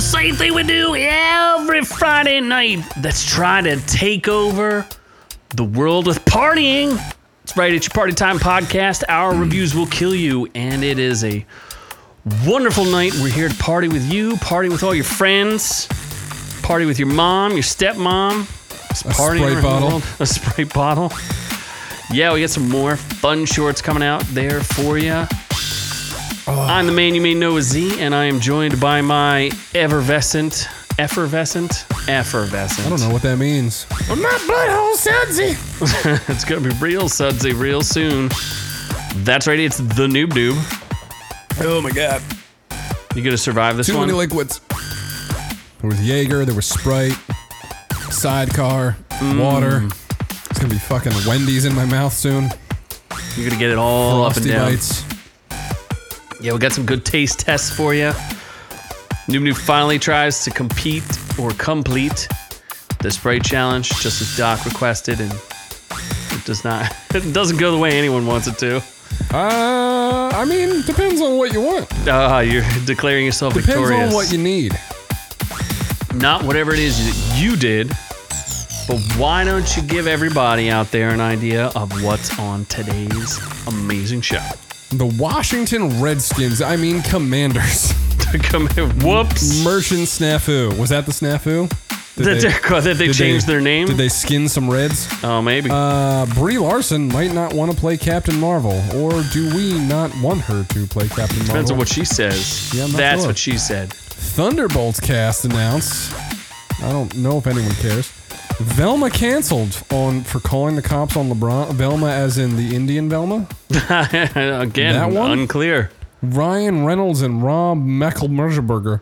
same thing we do every Friday night. That's try to take over the world with partying. It's right at your Party Time podcast. Our reviews will kill you, and it is a wonderful night. We're here to party with you, party with all your friends, party with your mom, your stepmom. Just A partying Sprite around the bottle. world. a Sprite bottle. Yeah, we got some more fun shorts coming out there for you. I'm the man you may know as Z, and I am joined by my effervescent, effervescent, effervescent. I don't know what that means. My butthole sudsy. It's gonna be real sudsy real soon. That's right. It's the noob noob. Oh my god. You gonna survive this Too one? many liquids. There was Jaeger, there was Sprite, sidecar, Mm. water. It's gonna be fucking Wendy's in my mouth soon. You're gonna get it all up and Frosty down. bites. Yeah, we got some good taste tests for you. Noob Noob finally tries to compete or complete the spray challenge, just as Doc requested, and it does not. It doesn't go the way anyone wants it to. Uh, I mean, depends on what you want. Ah, you're declaring yourself Depends victorious. on what you need. not whatever it is that you did, but why don't you give everybody out there an idea of what's on today's amazing show? The Washington Redskins. I mean, Commanders. Come here. Whoops. Merchant snafu. Was that the snafu? Did That they, that they did changed their name? Did they skin some Reds? oh, maybe. Uh, Brie Larson might not want to play Captain Marvel, or do we not want her to play Captain Marvel? Depends on what she says. Yeah, I'm not That's sure. what she said. Thunderbolts cast announced. I don't know if anyone cares. Velma canceled on for calling the cops on LeBron. Velma, as in the Indian Velma. Again, That one? unclear. Ryan Reynolds and Rob Macklemore.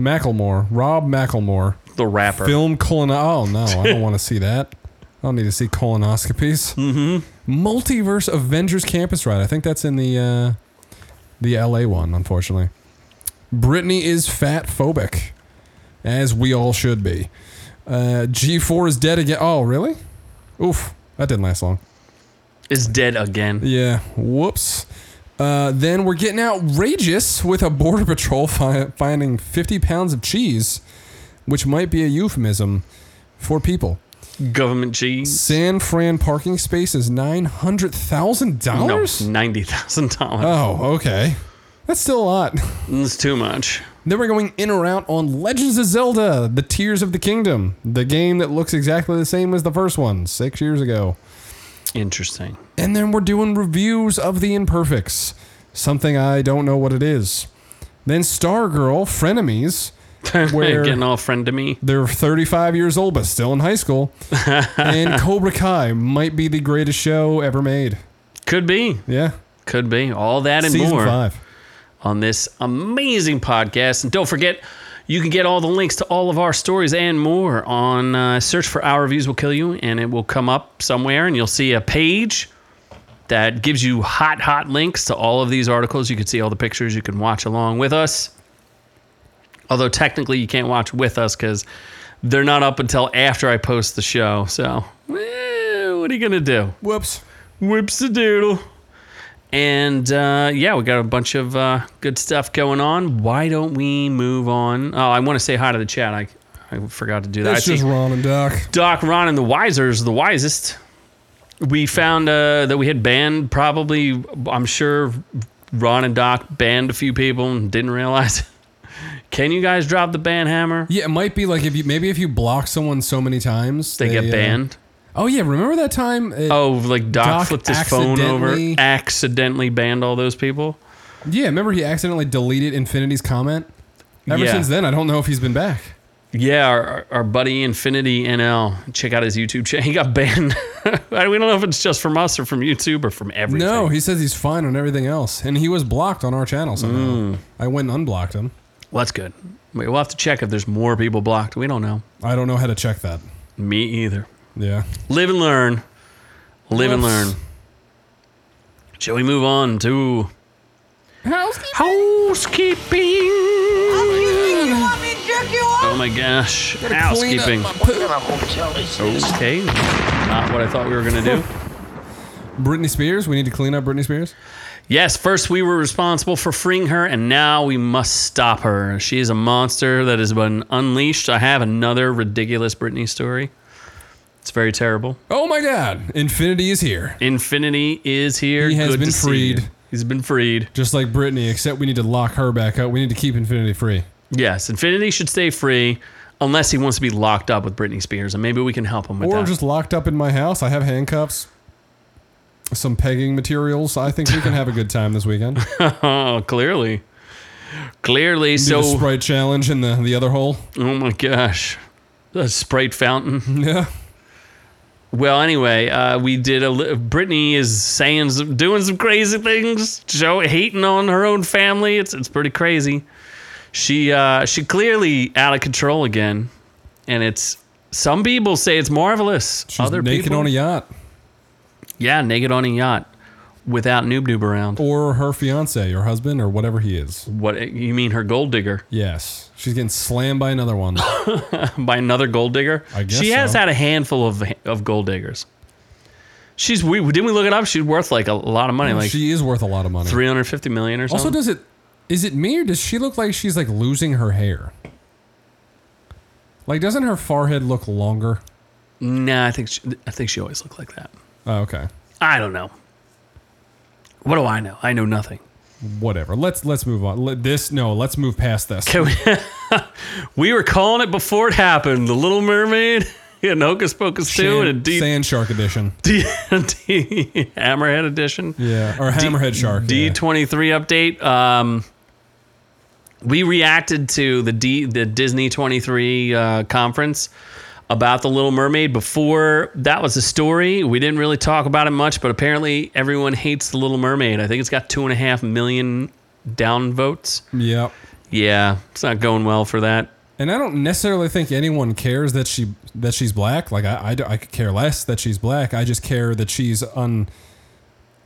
Macklemore. Rob Macklemore. The rapper. Film colon. Oh no, I don't want to see that. I don't need to see colonoscopies. Mm-hmm. Multiverse Avengers Campus Ride. I think that's in the uh, the L.A. one, unfortunately. Britney is fat phobic, as we all should be. Uh, G4 is dead again. Oh really? Oof, that didn't last long. Is dead again. Yeah. Whoops. Uh, then we're getting outrageous with a border patrol fi- finding 50 pounds of cheese, which might be a euphemism for people. Government cheese. San Fran parking space is nine hundred thousand No, dollars. $90,000. Oh, okay. That's still a lot. That's too much. Then we're going in or out on Legends of Zelda: The Tears of the Kingdom, the game that looks exactly the same as the first one six years ago. Interesting. And then we're doing reviews of the imperfects, something I don't know what it is. Then Stargirl Frenemies, where Getting all friend to me. they're 35 years old but still in high school, and Cobra Kai might be the greatest show ever made. Could be. Yeah, Could be. All that and season more. five. on this amazing podcast. And don't forget, you can get all the links to all of our stories and more on uh, search for Our Reviews Will Kill You, and it will come up somewhere, and you'll see a page that gives you hot, hot links to all of these articles. You can see all the pictures. You can watch along with us. Although technically, you can't watch with us because they're not up until after I post the show. So, eh, what are you gonna do? Whoops. Whoops a doodle. And uh, yeah, we got a bunch of uh, good stuff going on. Why don't we move on? Oh, I want to say hi to the chat. I, I forgot to do that. I That's see just Ron and Doc. Doc, Ron, and the Wisers, the wisest. We found uh, that we had banned probably, I'm sure Ron and Doc banned a few people and didn't realize. Can you guys drop the ban hammer? Yeah, it might be like if you maybe if you block someone so many times They get uh, banned. oh yeah, remember that time? uh, It- Oh, like Doc, Doc flipped his phone over, accidentally- accidentally banned all those people. Yeah, remember he accidentally deleted Infinity's comment. Ever Yeah. since then, I don't know if he's been back. Yeah, our, our buddy Infinity NL. Check out his YouTube channel. He got banned. I- we don't know if it's just from us or from YouTube or from everything. No, he says he's fine on everything else, and he was blocked on our channel Mm. somehow. I went and unblocked him. well, that's good. We- We'll have to check if there's more people blocked. We don't know. I don't know how to check that. Me either. Yeah. Live and learn. Live and Whoops. learn. Shall we move on to Housekeeping. housekeeping? Oh Oh, want me to jerk you off? my gosh, housekeeping. Okay, not what I thought we were gonna do. Britney Spears. We need to clean up Britney Spears. Yes, first we were responsible for freeing her, and now we must stop her. She is a monster that has been unleashed. I have another ridiculous Britney story. It's very terrible. Oh my God! Infinity is here, Infinity is here. He has Good been to see freed. you. He's been freed. just like Britney. Except we need to lock her back up. We need to keep Infinity free. Yes, Infinity should stay free unless he wants to be locked up with Britney Spears, and maybe we can help him with Or that. just locked up in my house. I have handcuffs, some pegging materials. I think we can have a good time this weekend. Do oh, clearly. Clearly. the So, Sprite challenge in the the other hole. oh my gosh. The Sprite fountain. Yeah. Well, anyway, uh, we did a. Li- Brittany is saying some, doing some crazy things, show hating on her own family. It's it's pretty crazy. She uh, she clearly out of control again, and it's some people say it's marvelous. She's Other naked people, on a yacht, yeah, naked on a yacht, without noob noob around. or her fiance, or husband, or whatever he is. What you mean? Her gold digger Yes, she's getting slammed by another one. by another gold digger. I guess she has so. had a handful of of gold diggers. She's we didn't we look it up? She's worth like a lot of money, like she is worth a lot of money. three hundred fifty million or something. Also, does it? Is it me or does she look like she's like losing her hair? Like, doesn't her forehead look longer? Nah, I think she, I think she always looked like that. Oh, okay, I don't know. What do I know? I know nothing. whatever. Let's let's move on. Let this no. Let's move past this. Can we, we were calling it before it happened. The Little Mermaid and Hocus Pocus two Sand- and a D, Sand Shark Edition. D, D Hammerhead edition. Yeah, or Hammerhead Shark. D yeah. twenty three update. Um, we reacted to the D the Disney twenty three uh, conference about the Little Mermaid. Before that was a story. We didn't really talk about it much, but apparently everyone hates the Little Mermaid. I think it's got two and a half million downvotes. Yep. Yeah, it's not going well for that. And I don't necessarily think anyone cares that she that she's black. Like I, I, do- I could care less that she's black. I just care that she's un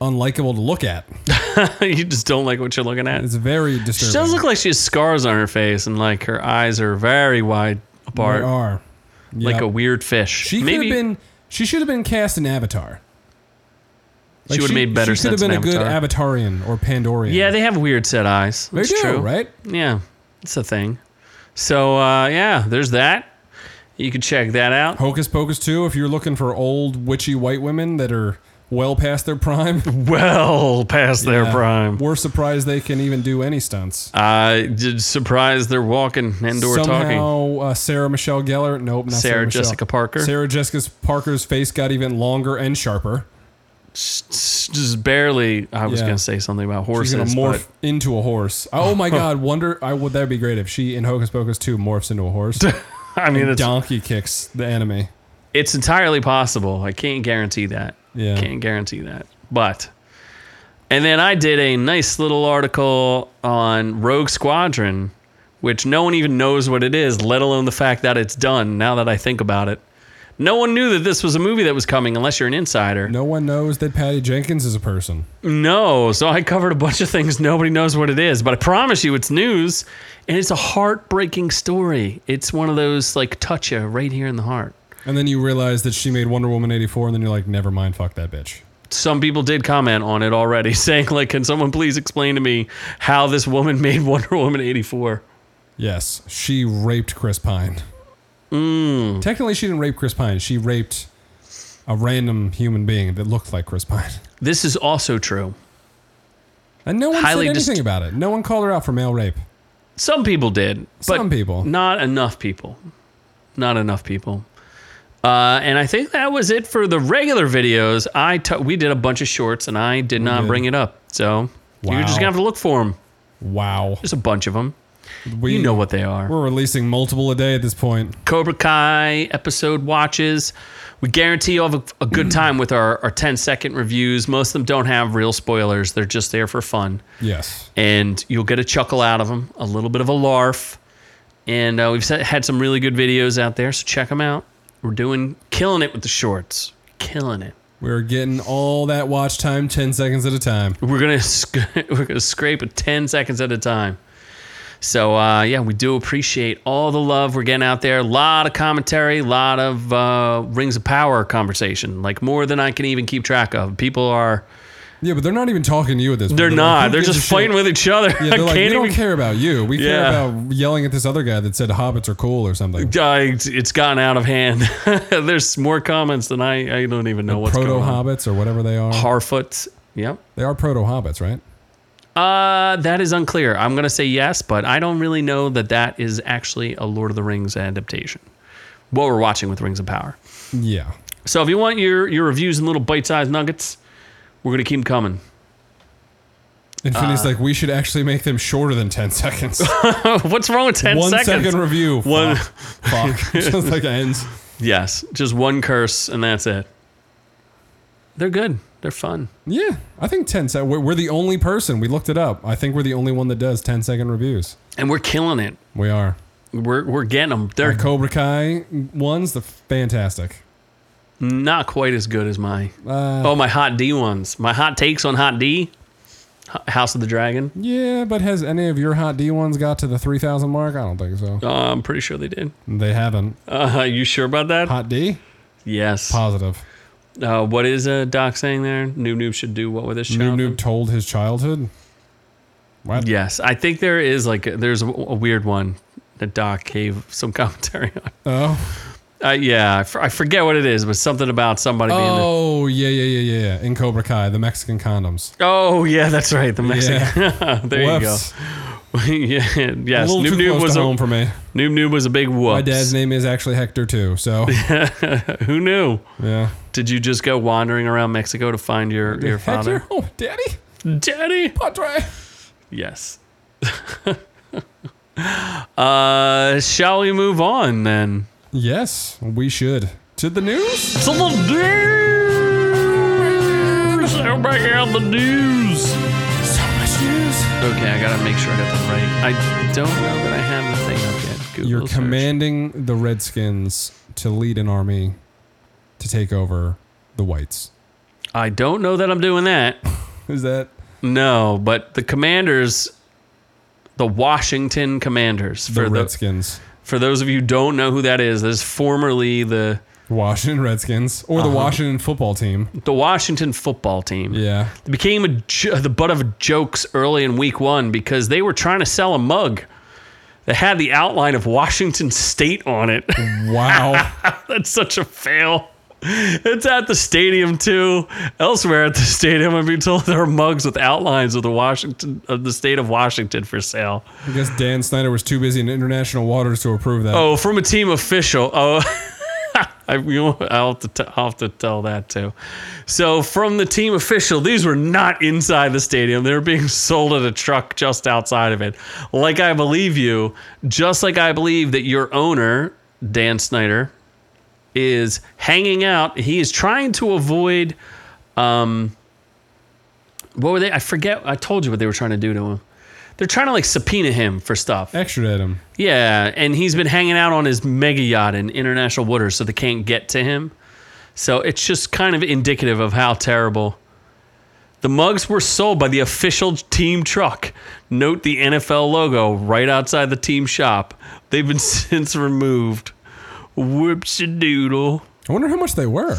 unlikable to look at. you just don't like what you're looking at. It's very She disturbing. does look like she has scars on her face and like her eyes are very wide They apart, are. like Yep. a weird fish. She could have been. She should have been cast in Avatar. She would've made better She could sense have been in a good Avatar. Avatarian or Pandorian. Yeah, they have weird set eyes. they It's do, true. right? Yeah, it's a thing. So uh, yeah, there's that. You can check that out. Hocus Pocus too. If you're looking for old witchy white women that are well past their prime, Well past their Yeah. prime. We're surprised they can even do any stunts. I did surprise they're walking and or talking. Somehow, uh, Sarah Michelle Gellar. Nope, not Sarah, Sarah Michelle. Jessica Parker. Sarah Jessica Parker's face got even longer and sharper. S- Just barely. I was Yeah. gonna say something about She's horses. gonna but morph into a horse. Oh my God! Wonder. I would. That'd be great if she in Hocus Pocus two morphs into a horse. I mean, it's, Donkey kicks the enemy. it's entirely possible. I can't guarantee that. Yeah. Can't guarantee that. But. And then I did a nice little article on Rogue Squadron, which no one even knows what it is, let alone the fact that it's done now that I think about it. No one knew that this was a movie that was coming unless you're an insider. No one knows that Patty Jenkins is a person. No, so I covered a bunch of things nobody knows what it is, but I promise you it's news and it's a heartbreaking story. It's one of those like touch you right here in the heart. And then you realize that she made Wonder Woman eighty four, and then you're like, never mind, fuck that bitch. some people did comment on it already, saying like, "Can someone please explain to me how this woman made Wonder Woman '84?" Yes, she raped Chris Pine. Hmm. Technically, she didn't rape Chris Pine. She raped a random human being that looked like Chris Pine. This is also true. And no one Highly said anything dist- about it. No one called her out for male rape. Some people did, but Some people. not enough people, not enough people. Uh, and I think that was it for the regular videos. I t- we did a bunch of shorts, and I did not did. bring it up, so you're just Wow. gonna have to look for them. Wow. There's a bunch of them. We, You know what they are. We're releasing multiple a day at this point. Cobra Kai episode watches. We guarantee you'll have a, a good time with our, our 10 second reviews. Most of them don't have real spoilers, they're just there for fun. Yes. And you'll get a chuckle out of them, a little bit of a larf. And uh, we've set, had some really good videos out there, so check them out. We're doing killing it with the shorts, killing it. We're getting all that watch time 10 seconds at a time. We're gonna sc- we're gonna scrape it ten seconds at a time. So uh, yeah, we do appreciate all the love we're getting out there. A lot of commentary, a lot of uh, rings of power conversation, like more than I can even keep track of. People are Yeah, but they're not even talking to you at this. point. They're like, not. who They're gives a just shit? fighting with each other. Yeah, they're I like, we can't don't even. care about you. We Yeah. care about yelling at this other guy that said hobbits are cool or something. Uh, it's, it's gotten out of hand. There's more comments than I. I don't even know what's Proto going on. hobbits or whatever they are. Harfoot. Yep. They are proto hobbits, right? Uh, that is unclear. I'm gonna say yes, but I don't really know that that is actually a Lord of the Rings adaptation. What we're watching with Rings of Power. Yeah. So if you want your your reviews and little bite sized nuggets, we're gonna keep 'em coming. And Finney's Uh. like, we should actually make them shorter than ten seconds. What's wrong with ten One second seconds? review. One- Fuck. Fuck. Just like ends. Yes, just one curse and that's it. They're good. They're fun. Yeah, I think 10 second. We're, we're the only person. We looked it up. I think we're the only one that does 10 second reviews. and we're killing it. We are. We're we're getting them. They're The Cobra Kai ones, the fantastic. not quite as good as my Uh, oh my hot D ones. My hot takes on hot D, H- House of the Dragon. Yeah, but has any of your hot D ones got to the 3,000 mark? I don't think so. Uh, I'm pretty sure they did. They haven't. Uh, you sure about that? Hot D? Yes. Positive. Uh, what is uh, Doc saying there? Noob Noob should do what with his Noob child? Noob told his childhood. What? Yes, I think there is like a, there's a, a weird one that Doc gave some commentary on. Oh. Uh, yeah, I, for, I forget what it is, but something about somebody being. The, Oh, yeah, yeah, yeah, yeah. In Cobra Kai, the Mexican condoms. oh yeah, that's right. The Mexican. there Whoops. you go. yeah, A yes. little Noob too Noob close was to a, home for me. Noob Noob was a big whoops. My dad's name is actually Hector, too. So, Who knew? yeah. Did you just go wandering around Mexico to find your, your father? Hector? Oh, daddy? Daddy? Padre? Yes. uh, shall we move on then? Yes, we should. To the news? So the news! I'll break out the news! So much news. Okay, I gotta make sure I got that right. I don't know that I have the thing up yet. Google You're search. commanding the Redskins to lead an army to take over the whites. I don't know that I'm doing that. Is that No, but the commanders, the Washington Commanders, the for the, Redskins? for those of you who don't know who that is, that is formerly the Washington Redskins or Uh-huh. the Washington football team. the Washington football team. Yeah. They became a jo- the butt of jokes early in week one because they were trying to sell a mug that had the outline of Washington State on it. Wow. That's such a fail. It's at the stadium too. Elsewhere at the stadium, I'm being told there are mugs with outlines of the Washington of the state of Washington for sale. I guess Dan Snyder was too busy in international waters to approve that. Oh, from a team official. Oh, I, you know, I'll, have to t- I'll have to tell that too. So, from the team official, these were not inside the stadium. They were being sold at a truck just outside of it. Like I believe you, just like I believe that your owner, Dan Snyder, is hanging out. He is trying to avoid. Um, what were they? I forget. I told you what they were trying to do to him. They're trying to like subpoena him for stuff. Extradite him. Yeah, and he's been hanging out on his mega yacht in international waters, so they can't get to him. So it's just kind of indicative of how terrible. The mugs were sold by the official team truck. Note the NFL logo right outside the team shop. They've been since removed. Whoops a doodle. I wonder how much they were.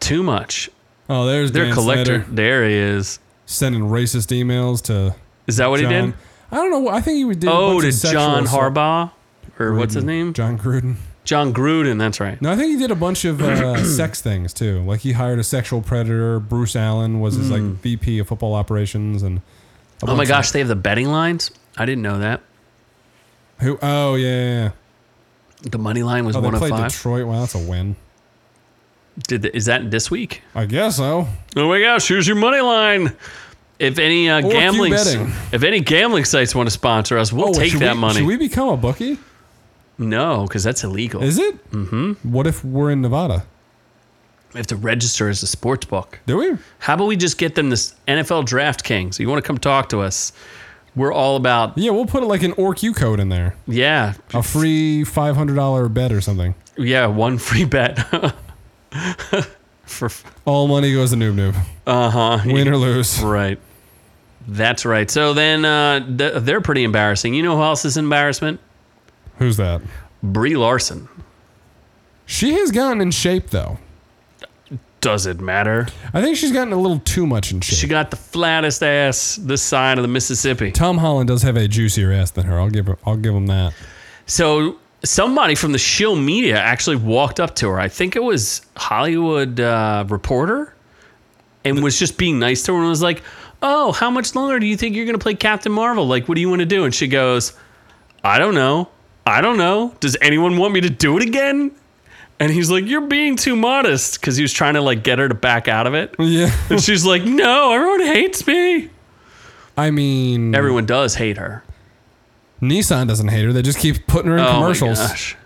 Too much. Oh, there's Their Dan collector. Snyder There he is. sending racist emails to Is that what he John. did? I don't know. I think he did. a Oh, bunch to of sexual John assault. Harbaugh? Or what's his Gruden. name? John Gruden. John Gruden. That's right. No, I think he did a bunch of uh, sex things too. Like he hired a sexual predator. Bruce Allen was his like VP of football operations, and a Hmm. Oh my bunch gosh, they have the betting lines. I didn't know that. of- who? Oh yeah, yeah, yeah. The money line was Oh, one they of played five. Detroit. Wow, that's a win. Did the, is that this week? I guess so. Oh my gosh, here's your money line. If any uh, Q gambling, s- betting. if any gambling sites want to sponsor us, we'll Oh, take should that we, money. Should we become a bookie? No, because that's illegal. Is it? Mm-hmm. What if we're in Nevada? we have to register as a sports book. Do we? How about we just get them this NFL Draft Kings? You want to come talk to us? We're all about Yeah, we'll put like an OrQ code in there, yeah, a free five hundred dollar bet or something. yeah, one free bet. For All money goes to Noob Noob, uh huh, win or lose. Right. That's right. So then uh, th- they're pretty embarrassing. You know who else is an embarrassment? Who's that? Brie Larson. She has gotten in shape though. Does it matter? I think she's gotten a little too much in shape. She got the flattest ass this side of the Mississippi. Tom Holland does have a juicier ass than her. I'll give her. I'll give him that. So somebody from the Shill Media actually walked up to her. I think it was Hollywood uh, reporter, and was just being nice to her and was like, "Oh, how much longer do you think you're gonna play Captain Marvel? Like, what do you want to do?" And she goes, "I don't know. I don't know. Does anyone want me to do it again?" And he's like, "You're being too modest," because he was trying to like get her to back out of it. Yeah. And she's like, "No, everyone hates me." I mean, Everyone does hate her. Nissan doesn't hate her. They just keep putting her in Oh my commercials. gosh.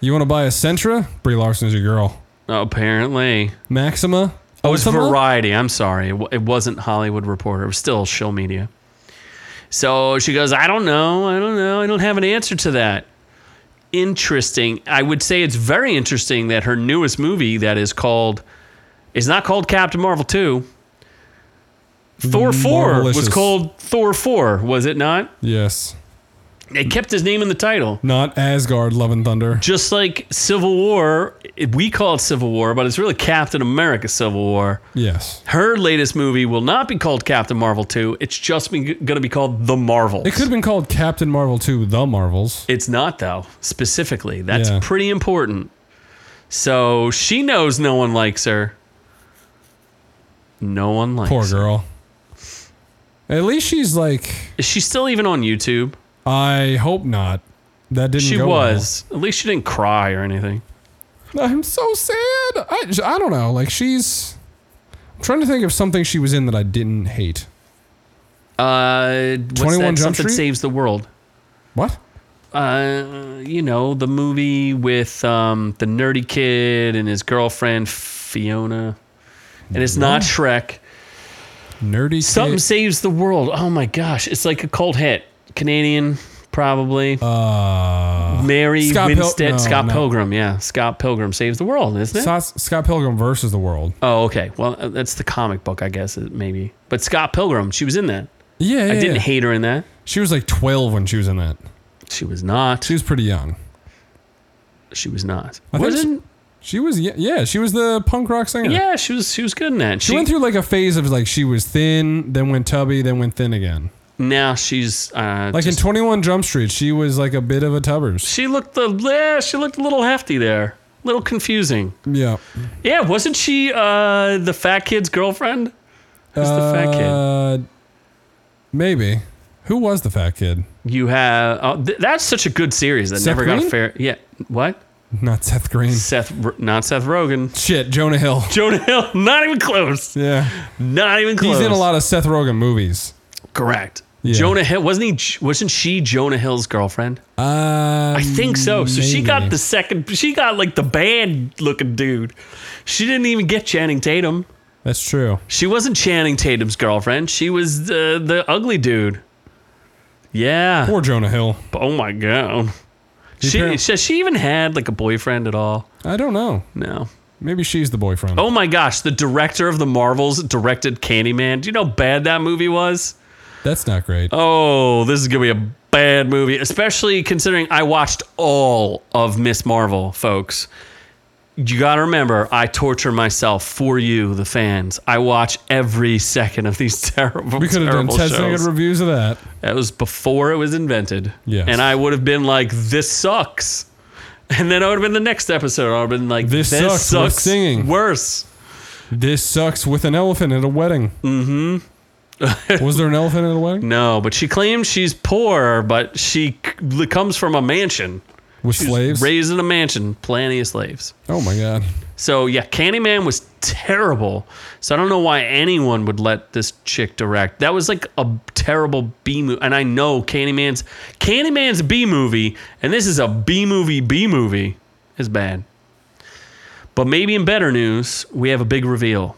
You want to buy a Sentra? Brie Larson's your girl. Apparently. Maxima. It was Ultima? Variety. I'm sorry. It, wa- it wasn't Hollywood Reporter. It was still Shill Media. So she goes, I don't know. I don't know. I don't have an answer to that. Interesting. I would say it's very interesting that her newest movie that is called, is not called Captain Marvel 2. Thor 4 was Marvelicious. called Thor 4, was it not? Yes. They kept his name in the title. Not Asgard, Love and Thunder. Just like Civil War, it- we call it Civil War, but it's really Captain America Civil War. Yes. Her latest movie will not be called Captain Marvel 2. It's just going to be called The Marvels. It could have been called Captain Marvel 2 The Marvels. It's not, though, specifically. That's Yeah. pretty important. So she knows no one likes her. No one likes Poor her. girl. At least she's like, Is she still even on YouTube? I hope not. That didn't She go was. At least she didn't cry or anything. well. I'm so sad. I, I don't know. Like, she's. I'm trying to think of something she was in that I didn't hate. Uh, what's 21 that? Jump Something Street? Saves the World. What? Uh, you know, the movie with um, the nerdy kid and his girlfriend, Fiona. And it's not Shrek. Nerdy Something kid. saves the world. Oh my gosh, it's like a cult hit. Canadian, probably. Uh, Mary Scott Pil- Winstead, no, Scott no. Pilgrim. Yeah, Scott Pilgrim saves the world, isn't it? Scott, Scott Pilgrim versus the world. oh, okay. Well, uh, that's the comic book, I guess, uh, maybe. But Scott Pilgrim, she was in that. Yeah, yeah. I didn't yeah. hate her in that. She was like 12 when she was in that. She was not. She was pretty young. She was not. I think Wasn't? She was yeah, yeah she was the punk rock singer. Yeah, she was. She was good in that. She went through like a phase of like she was thin, then went tubby, then went thin again. now she's uh, Like just- in 21 Jump Street, she was like a bit of a tubbers. she looked the yeah, she looked a little hefty there, a little confusing. Yeah. Yeah, wasn't she uh, the fat kid's girlfriend? Who's the fat kid? kid? Uh, Maybe. Who was the fat kid? You have oh, th- that's such a good series that Seth never got Green? a fair. Yeah, what? Not Seth Green. Seth, R- not Seth Rogen. Shit, Jonah Hill. Jonah Hill, not even close. Yeah. Not even close. He's in a lot of Seth Rogen movies. Correct. Yeah. Jonah Hill wasn't he? J- Wasn't she Jonah Hill's girlfriend? Uh, I think so. So she got the second. She got like the bad looking dude. She didn't even get Channing Tatum. That's true. She wasn't Channing Tatum's girlfriend. She was the the ugly dude. Yeah. Poor Jonah Hill. oh my god. She, apparent- she she even had like a boyfriend at all? I don't know. No. Maybe she's the boyfriend. Oh my gosh, the director of the Marvels directed Candyman. Do you know how bad that movie was? That's not great. Oh, this is gonna be a bad movie, especially considering I watched all of Miss Marvel, folks. You gotta remember, I torture myself for you, the fans. I watch every second of these terrible, we could have done terrible 10 second shows. reviews of that. That was before it was invented. Yes. And I would have been like, this sucks. And then I would have been the next episode. I would have been like, This this, sucks. We're sucks. singing." Worse. This sucks with an elephant at a wedding. Mm-hmm. was there an elephant at a wedding? No, but she claims she's poor, but she c- comes from a mansion. With She was slaves? Raised in a mansion, plenty of slaves. oh my god. So yeah, Candyman was terrible. So I don't know why anyone would let this chick direct. That was like a terrible B movie, and I know Candyman's Candyman's a B movie, and this is a B movie B movie. It's bad. But maybe in better news, we have a big reveal.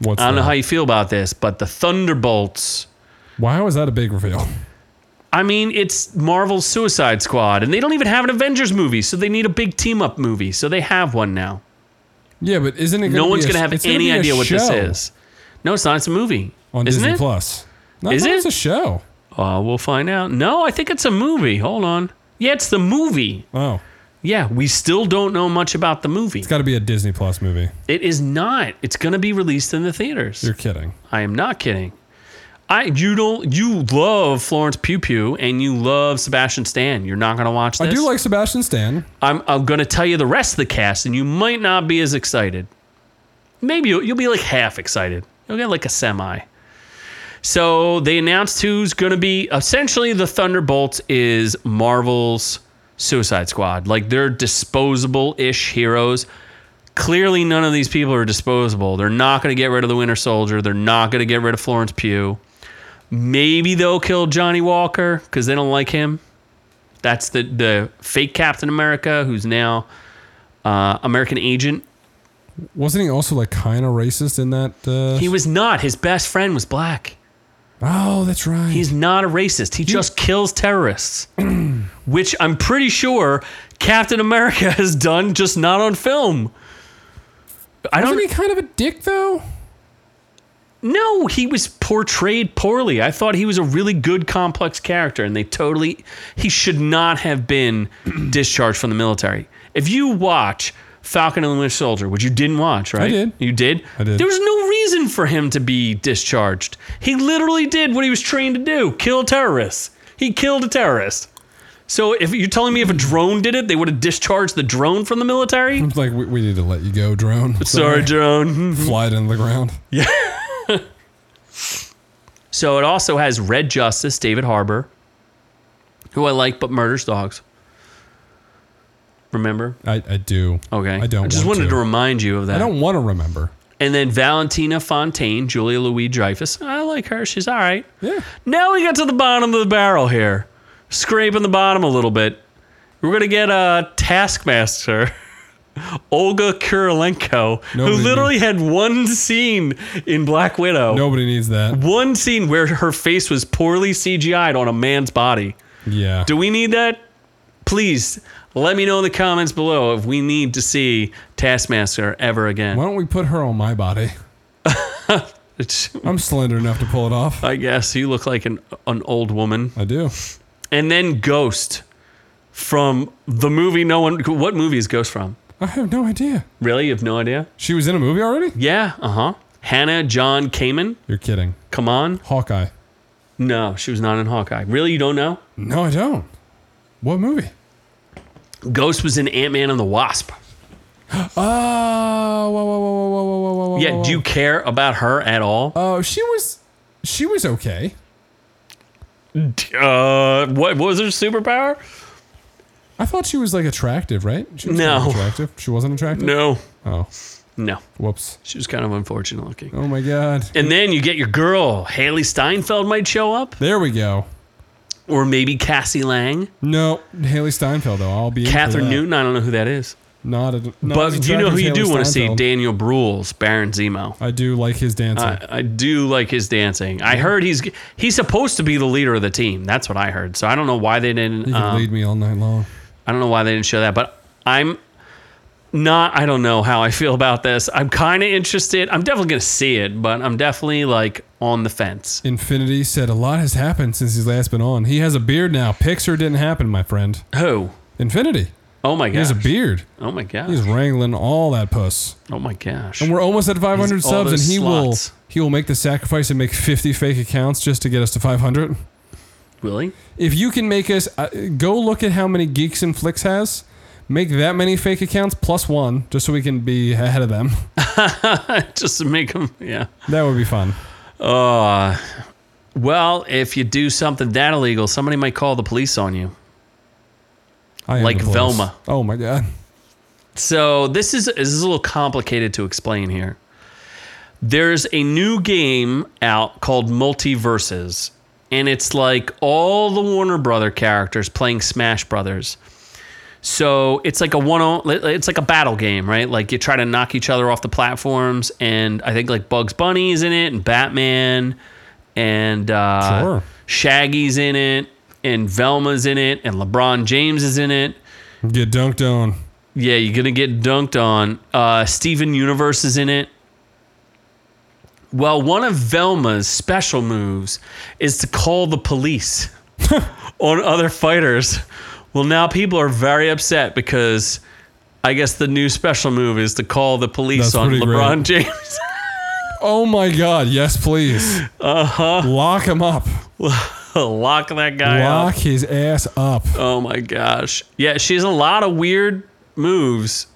What's I don't know that? how you feel about this, but the Thunderbolts. Why was that a big reveal? I mean, it's Marvel's Suicide Squad, and they don't even have an Avengers movie, so they need a big team up movie. So they have one now. Yeah, but isn't it? Gonna No be one's a- going to have it's any be a idea what this show is. No, it's not. It's a movie. on Isn't Disney it? Oh, Plus. No, I Is thought it? was a show. Uh, we'll find out. No, I think it's a movie. Hold on. Yeah, it's the movie. Oh, Yeah, we still don't know much about the movie. It's got to be a Disney Plus movie. It is not. It's going to be released in the theaters. You're kidding. I am not kidding. I you don't you love Florence Pugh Pugh and you love Sebastian Stan. You're not going to watch this. I do like Sebastian Stan. I'm, I'm going to tell you the rest of the cast, and you might not be as excited. Maybe you'll, you'll be like half excited. You'll get like a semi. So they announced who's going to be essentially the Thunderbolts is Marvel's Suicide Squad. Like they're disposable ish heroes. Clearly, none of these people are disposable. They're not going to get rid of the Winter Soldier. They're not going to get rid of Florence Pugh. Maybe they'll kill Johnny Walker because they don't like him. That's the the fake Captain America who's now uh, American agent. Wasn't he also like kind of racist in that? Uh, He was not. His best friend was black. oh, that's right. He's not a racist. He just kills terrorists, which I'm pretty sure Captain America has done, just not on film. I Wasn't he don't kind of a dick though? know. He was portrayed poorly. I thought he was a really good, complex character, and they totally. He should not have been discharged from the military. If you watch Falcon and the Winter Soldier, which you didn't watch, right? did. You did? I did. There was no reason for him to be discharged. He literally did what he was trained to do kill terrorists. He killed a terrorist. So if you're telling me if a drone did it, they would have discharged the drone from the military? It's like we, we need to let you go, drone. Sorry, drone. Fly it into the ground. so it also has Red Justice, David Harbour, who I like but murders dogs. Remember? I, I do. Okay. I don't. I just want wanted to. remind you of that. I don't want to remember. And then Valentina Fontaine, Julia Louis Dreyfus. I like her. She's all right. Yeah. Now we got to the bottom of the barrel here, scraping the bottom a little bit. We're gonna get a Taskmaster, Olga Kurilenko, Nobody who literally had one scene in Black Widow. Nobody needs that. One scene where her face was poorly CGI'd on a man's body. Yeah. Do we need that? Please let me know in the comments below if we need to see Taskmaster ever again. Why don't we put her on my body? It's- I'm slender enough to pull it off. I guess you look like an an old woman. I do. and then Ghost from the movie. No one. What movie is Ghost from? I have no idea. Really, you have no idea. She was in a movie already? Yeah. Uh huh. Hannah John Kamen. You're kidding. Come on. Hawkeye. No, she was not in Hawkeye. Really, you don't know? No, I don't. What movie? Ghost was in Ant Man and the Wasp. Oh, whoa, whoa, whoa, whoa, whoa, whoa, whoa, whoa. Yeah. whoa. Do you care about her at all? Oh, she was. She was okay. Uh, what, what was her superpower? I thought she was like attractive, right? She was No. kind of attractive. She wasn't attractive. No. Oh, No. whoops. She was kind of unfortunate looking. Oh my God. And then you get your girl Haley Steinfeld might show up, There we go. or maybe Cassie Lang, No, Haley Steinfeld though. I'll be in for Catherine that. Newton. I don't know who that is. Not, a, not as But you know attractive who as you do Haley want to see? Steinfeld. Daniel Bruhl's Baron Zemo. I do like his dancing. I, I do like his dancing. I heard he's he's supposed to be the leader of the team. That's what I heard. So I don't know why they didn't. he can um, lead me all night long. I don't know why they didn't show that. But I'm not. I don't know how I feel about this. I'm kind of interested. I'm definitely gonna see it, but I'm definitely like on the fence. Infinity said a lot has happened since he's last been on. He has a beard now. Pixar didn't happen, my friend. Who? Infinity. Oh my He has gosh! a beard. oh my He's gosh! wrangling all that puss. Oh my gosh! And we're almost at 500 He's all subs, and those he slots. will will he will make the sacrifice and make 50 fake accounts just to get us to 500. Really? If you can make us uh, go look at how many geeks and flicks has, make that many fake accounts plus one, just so we can be ahead of them. Just to make him? Yeah. That would be fun. Uh, well, if you do something that illegal, somebody might call the police on you. I am Like the police. Velma. Oh my god. So this is this is a little complicated to explain here. There's a new game out called Multiverses, and it's like all the Warner Brother characters playing Smash Brothers. So it's like a one on, it's like a battle game, right? Like you try to knock each other off the platforms, and I think like Bugs Bunny is in it, and Batman, and uh, Sure. Shaggy's in it, and Velma's in it, and LeBron James is in it. Get dunked on. Yeah, you're gonna get dunked on. Uh, Steven Universe is in it. Well, one of Velma's special moves is to call the police on other fighters Well, now people are very upset because I guess the new special move is to call the police That's on pretty LeBron James. Oh my God! Yes, please. Uh Uh-huh. huh. Lock him up. Lock that guy up. Lock his ass up. Oh my gosh. Yeah, she has a lot of weird moves,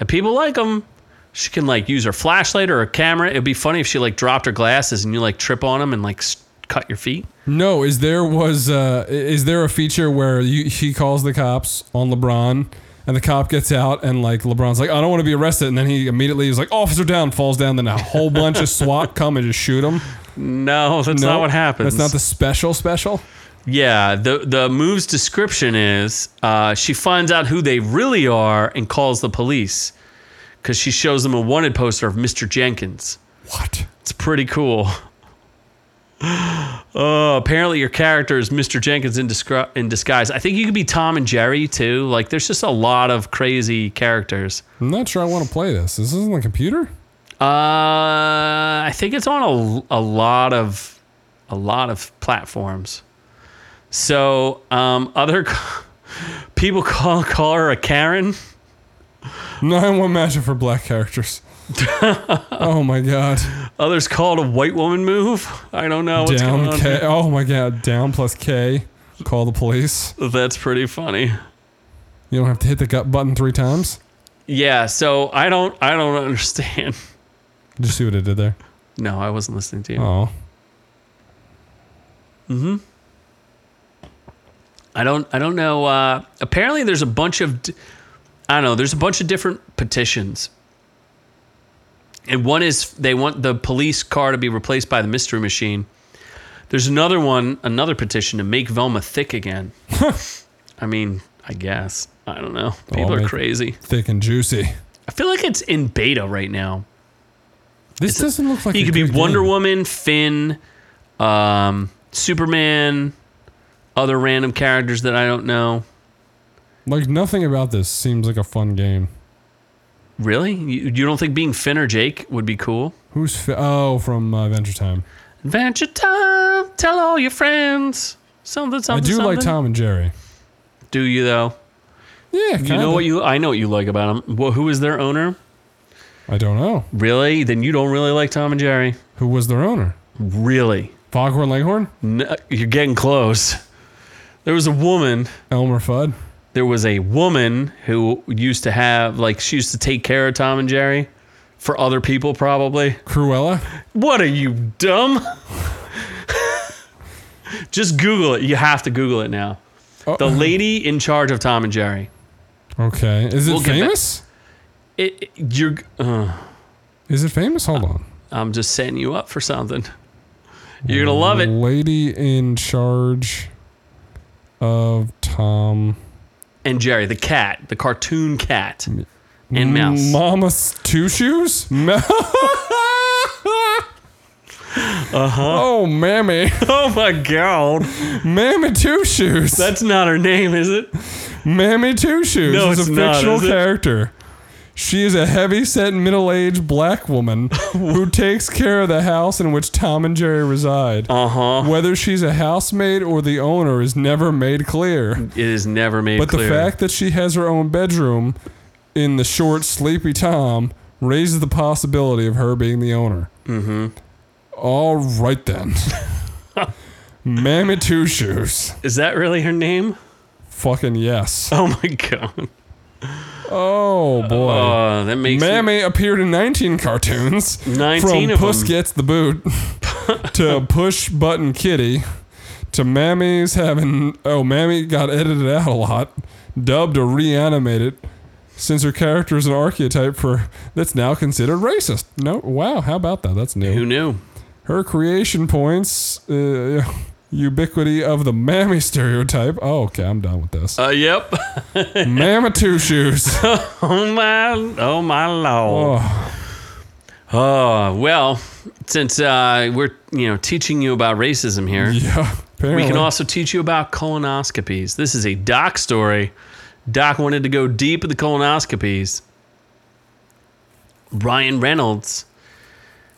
and people like them. She can like use her flashlight or her camera. It'd be funny if she like dropped her glasses and you like trip on them and like s- cut your feet. No, is there was uh, is there a feature where you, he calls the cops on LeBron and the cop gets out and like LeBron's like I don't want to be arrested and then he immediately is like officer down falls down then a whole bunch of SWAT come and just shoot him. No, that's No, not what happens. That's not the special special. yeah, the the move's description is uh, she finds out who they really are and calls the police because she shows them a wanted poster of Mr. Jenkins. What? It's pretty cool. Oh, apparently your character is Mr. Jenkins in, discri- in disguise. I think you could be Tom and Jerry too. Like, there's just a lot of crazy characters. I'm not sure I want to play this. This isn't the computer. Uh, I think it's on a, a lot of a lot of platforms. So, um, other c- people call call her a Karen. No, I won't match it for black characters. oh my god. Others call it a white woman move. I don't know what's going down on. K. Oh my god. Down plus K. Call the police. here. That's pretty funny. You don't have to hit the gut button three times. Yeah. So I don't I don't understand. Did you see what I did there? No, I wasn't listening to you. Oh. I don't. I don't know. Uh, apparently, there's a bunch of. d- I don't know. There's a bunch of different petitions. And one is they want the police car to be replaced by the mystery machine. There's another one, another petition to make Velma thick again. I mean, I guess. I don't know. People are make- crazy. Thick and juicy. I feel like it's in beta right now. This doesn't look like He a could be good Wonder game. Woman, Finn, um, Superman, other random characters that I don't know. Like nothing about this seems like a fun game. Really? You, you don't think being Finn or Jake would be cool? Who's fi- oh from uh, Adventure Time? Adventure time. Tell all your friends. Something, I something. do like something. Tom and Jerry. Do you though? Yeah, You know what you? I know what you like about him. Well, who is their owner? I don't know Really? Then you don't really like Tom and Jerry. who was their owner. Really? Foghorn Leghorn, No, you're getting close. There was a woman. Elmer Fudd. There was a woman who used to have like she used to take care of Tom and Jerry for other people probably. Cruella. What are you dumb? Just Google it. You have to Google it now. Oh, The lady in charge of Tom and Jerry. Okay, is it We'll get back- famous? It, it- you're. Uh, Is it famous? Hold on. I'm just setting you up for something. You're gonna love it. Lady in charge of Tom And Jerry, the cat, the cartoon cat, and mouse. Uh-huh. Mama's two shoes. uh huh. Oh, mammy, oh my god, mammy two shoes. that's not her name, is it? Mammy Two Shoes No, is it's a not, fictional is it? character. She is a heavy-set middle-aged black woman who takes care of the house in which Tom and Jerry reside. Uh huh. Whether she's a housemaid or the owner is never made clear. It is never made But clear. the fact that she has her own bedroom in the short Sleepy Tom raises the possibility of her being the owner. Mm-hmm. All right then. Mammy Two Shoes. is that really her name? Fucking yes. Oh my god. Oh boy. Oh, that makes me- Mammy appeared in 19 cartoons. 19 from of Puss them. Gets the Boot to Push Button Kitty to Mammy's having. Oh, Mammy got edited out a lot, dubbed or reanimated since her character is an archetype for that's now considered racist. No, wow, how about that? That's Who new. knew? Her creation points. Uh, Ubiquity of the mammy stereotype. Oh, okay, I'm done with this. Uh, yep. Mamma two shoes. oh my. Oh my lord. Oh, Oh well, since uh, we're you know teaching you about racism here, yeah. Apparently. we can also teach you about colonoscopies. This is a doc story. Doc wanted to go deep into colonoscopies. Ryan Reynolds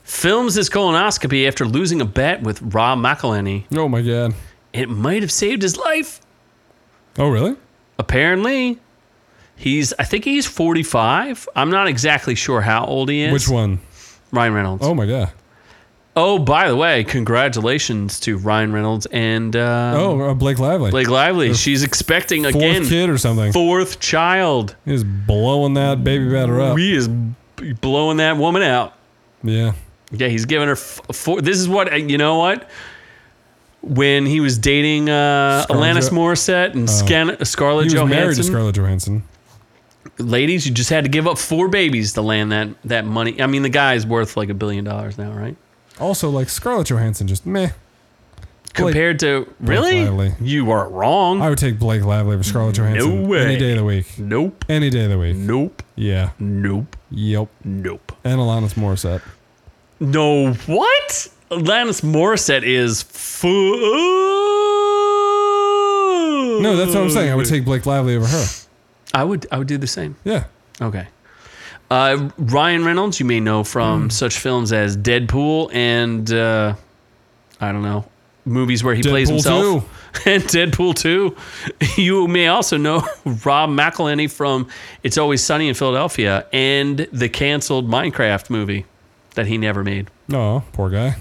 films his colonoscopy after losing a bet with Rob McElhenney. Oh my god. It might have saved his life. Oh really? apparently, he's I think he's 45. I'm not exactly sure how old he is. Which one? Ryan Reynolds. Oh my god. Oh, by the way, congratulations to Ryan Reynolds and um, Oh, uh, Blake Lively. Blake Lively. She's expecting Fourth again kid or something. fourth child. He's blowing that baby batter up. He is b- blowing that woman out. yeah. Yeah, he's giving her f- four. This is what you know. What when he was dating uh, Scarlett Alanis Jo- Oh. Morissette and Scan- uh, He Scarlett was married to Johansson, Scarlett Johansson. ladies, you just had to give up four babies to land that that money. I mean, the guy's worth like a billion dollars now, right? Also, like Scarlett Johansson, just meh. Compared to Lively. really, you weren't wrong. I would take Blake Lively over Scarlett Johansson way. any day of the week. nope, Any day of the week. nope, Yeah. nope, Yep. nope. And Alanis Morissette. No, what? Alanis Morissette is food. No, that's what I'm saying. I would take Blake Lively over her. I would. I would do the same. Yeah. Okay. Uh, Ryan Reynolds, you may know Hmm. from such films as Deadpool and uh, I don't know movies where he plays Deadpool himself and Deadpool Two. You may also know Rob McElhenney from It's Always Sunny in Philadelphia and the canceled Minecraft movie that he never made. No, poor guy.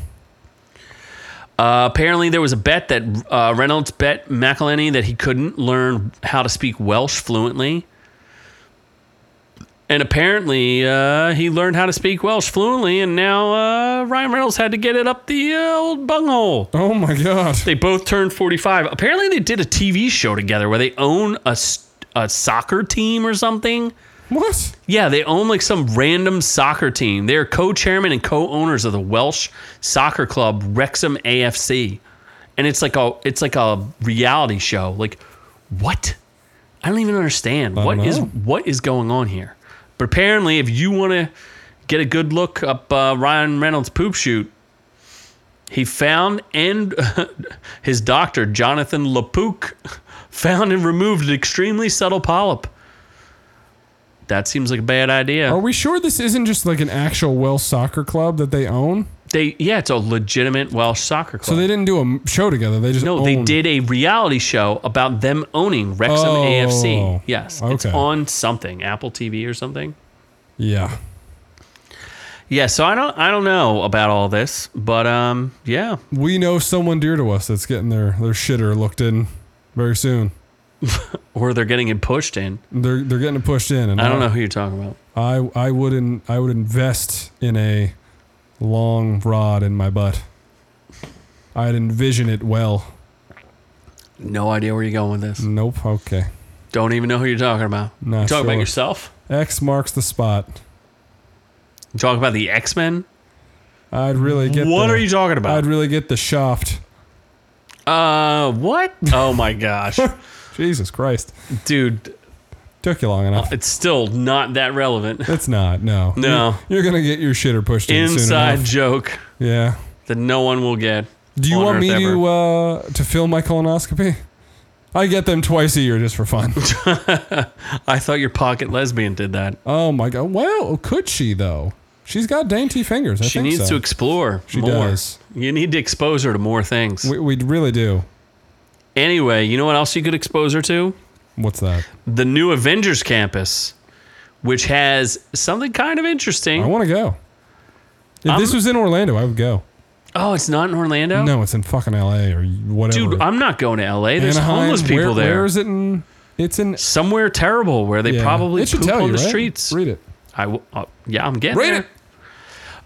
Uh, apparently, there was a bet that uh, Reynolds bet McElhenney that he couldn't learn how to speak Welsh fluently. And apparently, uh, he learned how to speak Welsh fluently, and now uh, Ryan Reynolds had to get it up the uh, old bunghole. Oh my god. They both turned 45. Apparently, they did a TV show together where they own a, s- a soccer team or something. What? Yeah, they own like some random soccer team. They're co chairman and co owners of the Welsh soccer club Wrexham AFC. And it's like a it's like a reality show. Like what? I don't even understand. I What don't is know. what is going on here? But apparently if you want to get a good look up uh, Ryan Reynolds poop shoot, he found and his doctor Jonathan LaPook found and removed an extremely subtle polyp. That seems like a bad idea. Are we sure this isn't just like an actual Welsh soccer club that they own? They yeah, it's a legitimate Welsh soccer club. So they didn't do a m- show together. They just no, they own- did a reality show about them owning Wrexham Oh, AFC. Yes, it's okay. on something, Apple TV or something. Yeah. Yeah, so I don't I don't know about all this, but um, yeah, We know someone dear to us that's getting their their shitter looked in very soon. or they're getting it pushed in. They're they're getting it pushed in, and I don't know who you're talking about. I I would in, I would invest in a long rod in my butt. I'd envision it well. No idea where you're going with this. Nope. Okay. Don't even know who you're talking about. Not you talking about sure. yourself? X marks the spot. You talking about the X Men? I'd really get. What the- are you talking about? I'd really get the shaft. uh, what? Oh my gosh, Jesus Christ! dude, Took you long enough. it's still not that relevant. it's not. No. No. You're, you're gonna get your shitter pushed in soon Inside enough. joke. Yeah. that no one will get. Do you on want Earth me ever. to uh, to film my colonoscopy? I get them twice a year just for fun. I thought your pocket lesbian did that. oh my god! Well, could she though? She's got dainty fingers. I She think needs to so. explore She more. does. You need to expose her to more things. We, we really do. anyway, you know what else you could expose her to? What's that? The new Avengers campus, which has something kind of interesting. I want to go. If this I'm- was in Orlando, I would go. oh, it's not in Orlando? No, it's in fucking L.A. or whatever. Dude, I'm not going to LA. There's Anaheim, homeless people where- there. Where is it? In it's in. Somewhere terrible where they yeah. probably It should poop tell on you, the right? streets. Read it. I w- uh, yeah, I'm getting Rate there. it.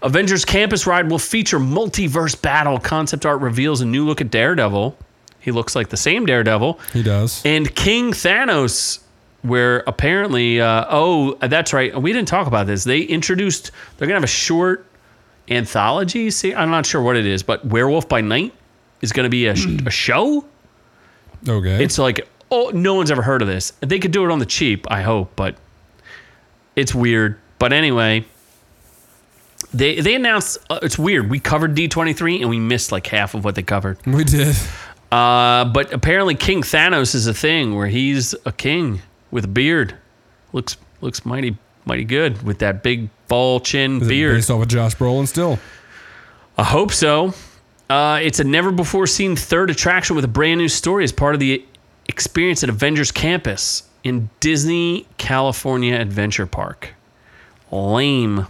Avengers Campus Ride will feature multiverse battle. Concept art reveals a new look at Daredevil. He looks like the same Daredevil. He does. And King Thanos, where apparently, uh, oh, that's right. We didn't talk about this. They introduced, they're going to have a short anthology. See, I'm not sure what it is, but Werewolf by Night is going to be a, sh- a show. okay. It's like, oh, no one's ever heard of this. They could do it on the cheap, I hope, but it's weird. But anyway, they they announced uh, it's weird. We covered D23 and we missed like half of what they covered. we did. Uh, but apparently, King Thanos is a thing where he's a king with a beard. Looks looks mighty mighty good with that big ball chin Is it beard. Based off of Josh Brolin, still. I hope so. Uh, it's a never before seen third attraction with a brand new story as part of the experience at Avengers Campus in Disney California Adventure Park. Lame.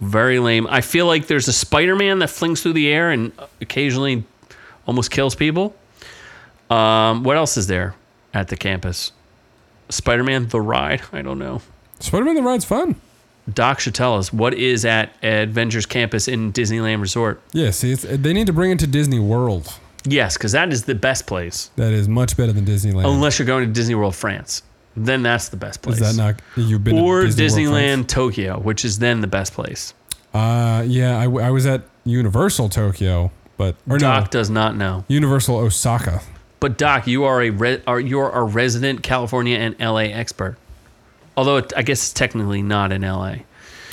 Very lame. I feel like there's a Spider Man that flings through the air and occasionally almost kills people. Um, what else is there at the campus? Spider Man The Ride? I don't know. Spider-Man the Ride's fun. Doc should tell us what is at Adventures Campus in Disneyland Resort. Yeah, see, it's, they need to bring it to Disney World. Yes, because that is the best place. That is much better than Disneyland. Unless you're going to Disney World France, then that's the best place. is that not you've been or to Disney World Disneyland once? Tokyo, which is then the best place. Uh, yeah, I, w- I was at Universal Tokyo, but or Doc no, does not know, Universal Osaka. but Doc, you are a re- are you are a resident California and LA expert. Although it, I guess it's technically not in LA. I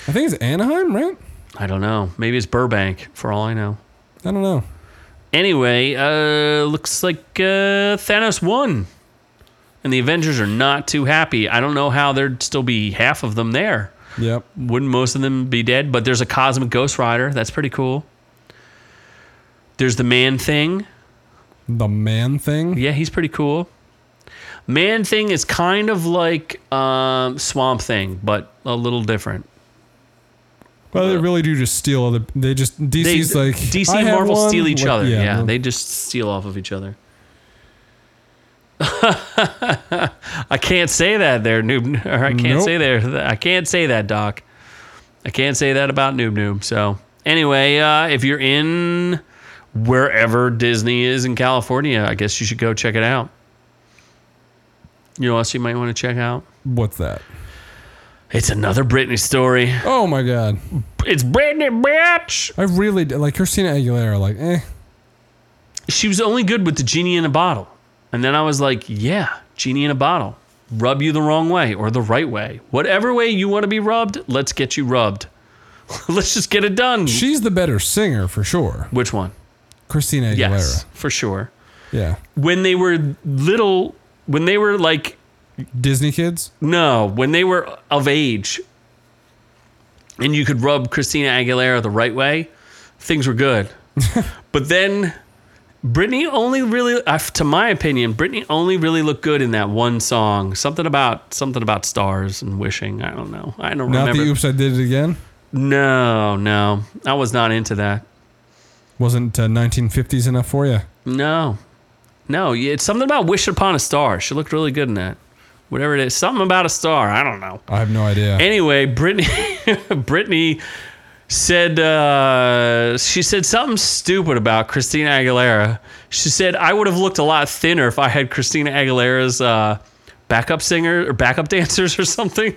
think it's Anaheim, right? I don't know. Maybe it's Burbank, for all I know. I don't know. Anyway, uh, looks like uh, Thanos won, and the Avengers are not too happy. I don't know how there'd still be half of them there. Yep. Wouldn't most of them be dead? But there's a cosmic Ghost Rider. That's pretty cool. There's the Man Thing. The man thing. Yeah, he's pretty cool. Man Thing is kind of like um, Swamp Thing, but a little different. Well, they really do just steal other. They just They, DC's like DC "I and have Marvel one," steal each like, other. Yeah, no. they just steal off of each other. I can't say that there, Noob. Or I can't Nope. say there. I can't say that, Doc. I can't say that about Noob Noob. So anyway, uh, if you're in wherever Disney is in California, I guess you should go check it out. You know what else you might want to check out? what's that? It's another Britney story. Oh my god! It's Britney, bitch. I really d- like Christina Aguilera. Like, eh, she was only good with the genie in a bottle. And then I was like, yeah, genie in a bottle. Rub you the wrong way or the right way. Whatever way you want to be rubbed, let's get you rubbed. let's just get it done. she's the better singer for sure. Which one? Christina Aguilera. Yes, for sure. Yeah. When they were little, when they were like, Disney kids. no, when they were of age and you could rub Christina Aguilera the right way, things were good. but then Britney only really, I- to my opinion, Britney only really looked good in that one song. Something about something about stars and wishing. I don't know. I don't Not remember. the oops, I did it again. no, no, I was not into that. Wasn't uh, 1950s enough for you? No, no, yeah, it's something about wish upon a star. She looked really good in that. Whatever it is, something about a star. I don't know. I have no idea. Anyway, Brittany, Brittany said uh, she said something stupid about Christina Aguilera. She said I would have looked a lot thinner if I had Christina Aguilera's uh, backup singer or backup dancers or something.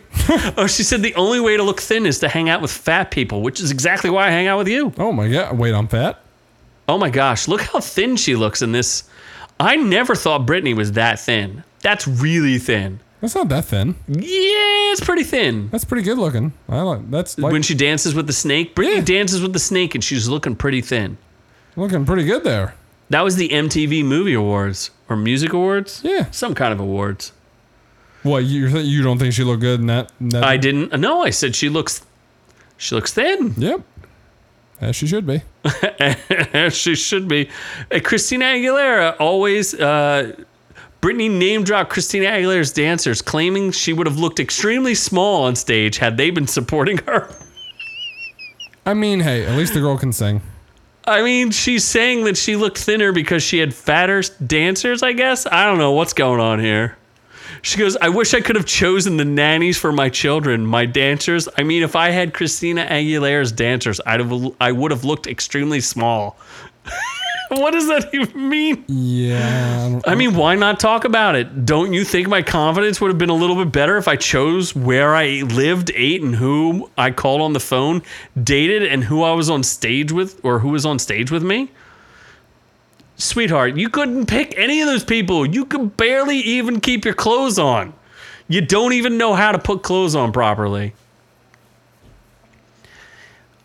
oh, she said the only way to look thin is to hang out with fat people, which is exactly why I hang out with you. oh my god! Wait, I'm fat. Oh my gosh, look how thin she looks in this. I never thought Brittany was that thin. That's really thin. That's not that thin. Mm. Yeah, it's pretty thin. That's pretty good looking. I like. That's like when she dances with the snake. Britney Yeah. dances with the snake, and she's looking pretty thin. looking pretty good there. That was the MTV Movie Awards or Music Awards. Yeah. some kind of awards. What you th- you don't think she looked good in that? In that I didn't. No, I said she looks. She looks thin. Yep. As she should be. she should be. Uh, Christina Aguilera always. Uh, Britney name dropped Christina Aguilera's dancers, claiming she would have looked extremely small on stage had they been supporting her. I mean, hey, at least the girl can sing. I mean, she's saying that she looked thinner because she had fatter s- dancers, I guess. I don't know what's going on here. She goes, I wish I could have chosen the nannies for my children, my dancers. I mean, if I had Christina Aguilera's dancers, I'd have, I would have looked extremely small. what does that even mean? Yeah. I don't- I mean, why not talk about it? Don't you think my confidence would have been a little bit better if I chose where I lived, ate, and who I called on the phone, dated, and who I was on stage with, or who was on stage with me? Sweetheart, you couldn't pick any of those people. You could barely even keep your clothes on. You don't even know how to put clothes on properly.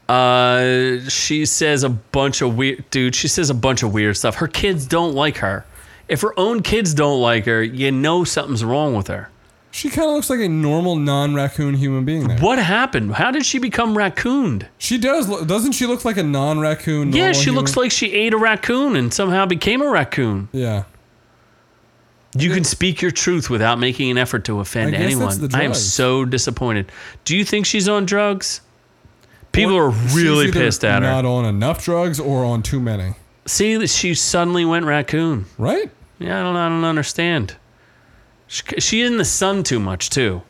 Uh, she says a bunch of weird dude. She says a bunch of weird stuff. Her kids don't like her. If her own kids don't like her, you know something's wrong with her. she kind of looks like a normal non-raccoon human being there. What happened? How did she become raccooned? She does. Look, doesn't she look like a non-raccoon? yeah, normal she human- looks like she ate a raccoon and somehow became a raccoon. Yeah. You can speak your truth without making an effort to offend I guess anyone. that's the I am drugs. so disappointed. Do you think she's on drugs? People are She's really either pissed at her. Not on enough drugs or on too many. See, she suddenly went raccoon. Right? Yeah, I don't, I don't understand. She, she in the sun too much too.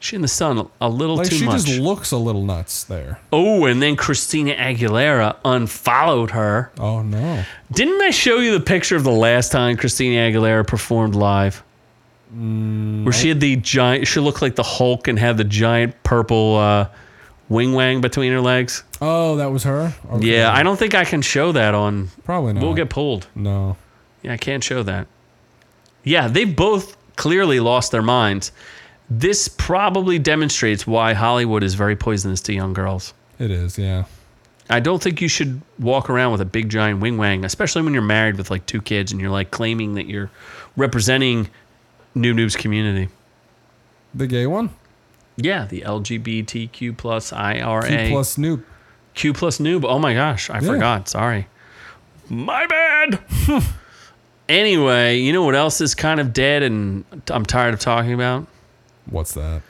She in the sun a little Like too she much. just looks a little nuts there. oh, and then Christina Aguilera unfollowed her. Oh no. Didn't I show you the picture of the last time Christina Aguilera performed live? Mm, Where she had the giant, she looked like the Hulk and had the giant purple uh, wing wang between her legs. Oh, that was her. Okay. Yeah, I don't think I can show that on. Probably not. We'll get pulled. no. Yeah, I can't show that. Yeah, they both clearly lost their minds. This probably demonstrates why Hollywood is very poisonous to young girls. It is. Yeah. I don't think you should walk around with a big giant wing wang, especially when you're married with like two kids and you're like claiming that you're representing New Noob's community. The gay one. Yeah, the LGBTQ plus IRA Q plus Snoop. Q plus noob. Oh my gosh, I forgot. Sorry. My bad. anyway, you know what else is kind of dead and I'm tired of talking about? What's that?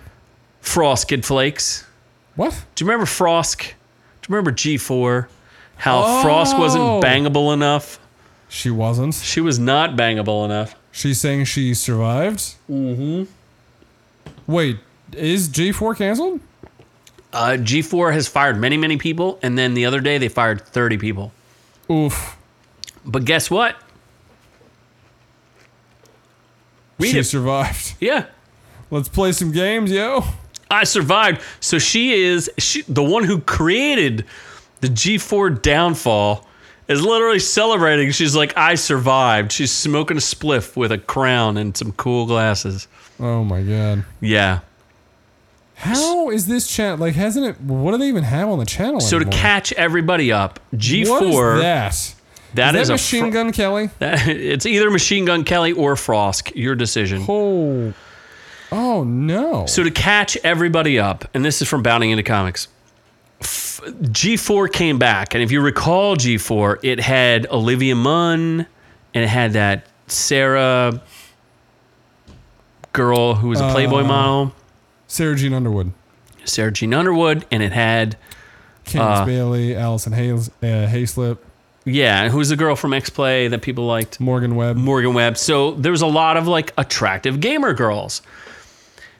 Frosted Flakes. What? Do you remember Frosk? Do you remember G4? How Frost wasn't Oh. bangable enough. She wasn't. She was not bangable enough. She's saying she survived. Mm-hmm. Wait, is G four canceled? Uh, G4 has fired many, many people. And then the other day they fired 30 people. Oof. But guess what? Read she it. survived. Yeah. Let's play some games, yo. I survived. So she is she, the one who created the G4 downfall. Is literally celebrating. She's like, I survived. She's smoking a spliff with a crown and some cool glasses. Oh my god. Yeah. How is this chat like? Hasn't it? What do they even have on the channel? So to anymore? catch everybody up, G4. What is that? that is, that a machine fro- gun Kelly? that- it's either Machine Gun Kelly or Frosk. Your decision. Oh, oh no! So to catch everybody up, and this is from Bounding into Comics. F- G4 came back, and if you recall G4, it had Olivia Munn, and it had that Sarah girl who was a Playboy model, Sarah Jean Underwood, Sarah Jean Underwood, and it had Candace Uh. Bailey, Allison Hayes, uh, Hayslip, yeah, who's the girl from X Play that people liked? Morgan Webb. Morgan Webb. So there was a lot of like attractive gamer girls.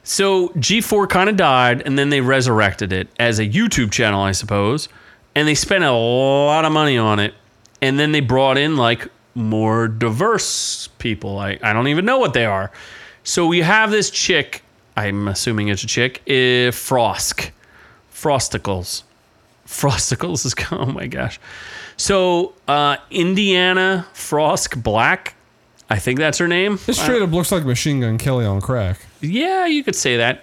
So G4 kind of died and then they resurrected it as a YouTube channel, I suppose. And they spent a lot of money on it. And then they brought in like more diverse people. I, I don't even know what they are. So we have this chick, I'm assuming it's a chick, eh, Frosk. Frosticles. Frosticles is, oh my gosh. So uh, Indiana Frosk Black, I think that's her name. This straight up looks like Machine Gun Kelly on crack. Yeah, you could say that.